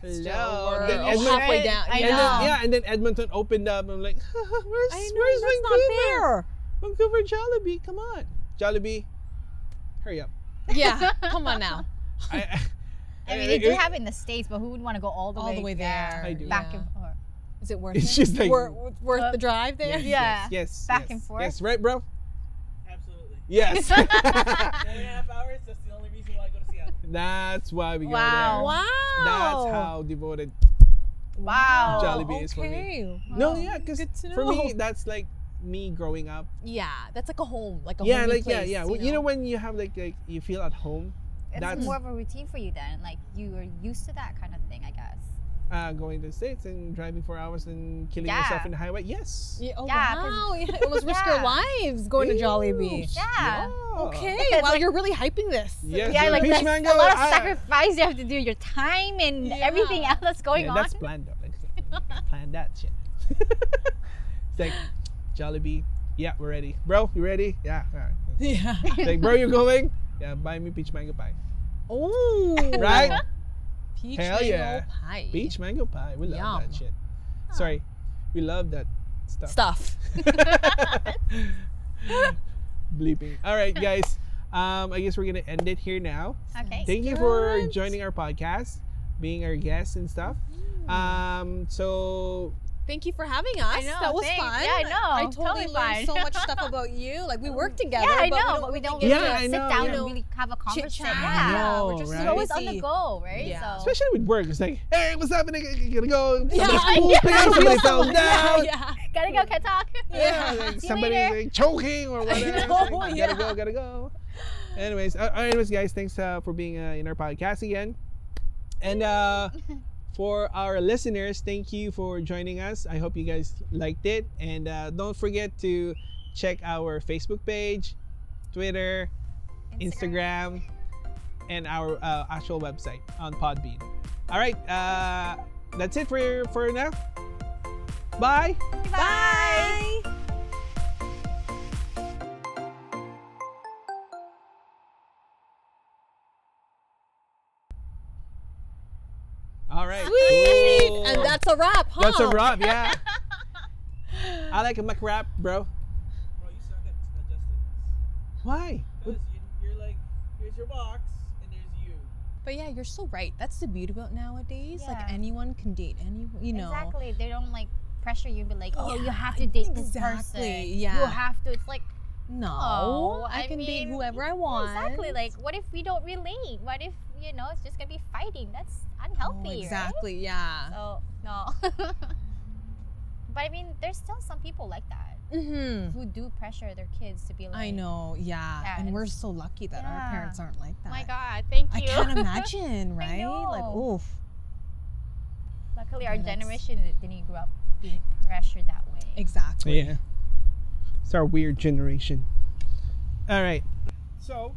Hello. we're Then oh, Edmon- halfway Right? down. I and then- know. yeah, and then Edmonton opened up. I'm like, where's, I know, where's that's Vancouver? not Vancouver Jollibee, come on, Jollibee, hurry up. fair. yeah, come on now. I, I, I mean, they do it- have it in the states, but who would want to go all the All way the way there. uh, I do. back yeah. and forth? Is it worth It's it? just like Wor- worth, Uh, the drive there? yes, Yeah. yes, yes, uh, Back yes, and forth. Yes, right, bro. Absolutely. Yes. One and a half hours, that's the only reason why I go to Seattle. That's why we go there. Wow. Wow. That's how devoted Wow. Jollibee is for me. Okay. No, Wow. yeah, because Good to for me know. that's like me growing up. Yeah, that's like a home, like a yeah, homey like yeah, place, yeah. Well, You know when you have like like you feel at home, It's That's- more of a routine for you then. Like you are used to that kind of thing, I guess. uh, going to the states and driving four hours and killing Yeah. yourself in the highway. Yes. Yeah, oh, Yeah, 'cause- wow. Yeah, almost risk Yeah. your lives going to Jollibee. Yes. Yeah. Okay, Because, wow, like- you're really hyping this. Yes. yeah, the like peach that's mango, a lot of I- uh, sacrifice you have to do, your time and Yeah. everything else that's going yeah, on. That's planned though. Like, plan that shit. it's like Jollibee. Yeah, we're ready, bro. You ready? Yeah. all right. Yeah. It's like, bro, you going? Yeah, buy me peach mango pie. Oh. Right? Peach Hell mango yeah. pie. Peach mango pie. We love Yum. that shit. Sorry, we love that Ah. stuff. stuff. Bleeping. All right, guys. Um, I guess we're gonna end it here now. okay. Thank you for Mm. joining our podcast, being our guest and stuff. Um, so Thank you for having us. I know, that was thanks. fun. Yeah, I know. I totally, Totally learned fine. so much stuff about you. Like we work together. yeah, I but know, but we don't really get really Yeah, like, I sit know, down yeah. and really have a to conversation. chit-chat. I Yeah. know, we're just right? We're always on the busy. go, right? Yeah. So Especially with work, it's like, hey, what's happening? I gotta go. Yeah, Somebody's cool, pick up somebody fell down. yeah. gotta go, can talk. Yeah, like See you somebody's later. like choking or whatever. It's know, like, "Ah, yeah. Gotta go, gotta go. Anyways, uh, uh, anyways, guys, thanks uh, for being uh, in our podcast again, and uh, for our listeners, thank you for joining us. I hope you guys liked it, and uh, don't forget to check our Facebook page, Twitter, Instagram, and our uh, actual website on Podbean. All right, uh, that's it for for now. Bye. Bye. All right. Sweet. cool. And that's a wrap, huh? That's a wrap, yeah. I like a Mac wrap, bro. Bro, you suck at adjusting Why? this. Because you're like, here's your box, and there's you. But yeah, you're so right. That's the beauty about nowadays. Yeah. Like anyone can date anyone, you know. Exactly. They don't like pressure you and be like, oh, you Yeah, have to date this person. exactly, yeah. You have to. It's like, No, oh, I, can date mean, whoever I yeah, want. Exactly. Like, what if we don't relate? What if you know it's just gonna be fighting? That's Oh, unhealthy. exactly. Yeah. Right? So Oh, no. but I mean, there's still some people like that Mm-hmm. who do pressure their kids to be like. I know. Yeah. Yeah, and and we're it's- so lucky that Yeah. our parents aren't like that. "Oh My God, thank I you. can't imagine, right? Like, know. oof. Luckily, our Yeah, that's- generation didn't grow up being pressured that way. Exactly. Yeah. It's our weird generation. All right. So,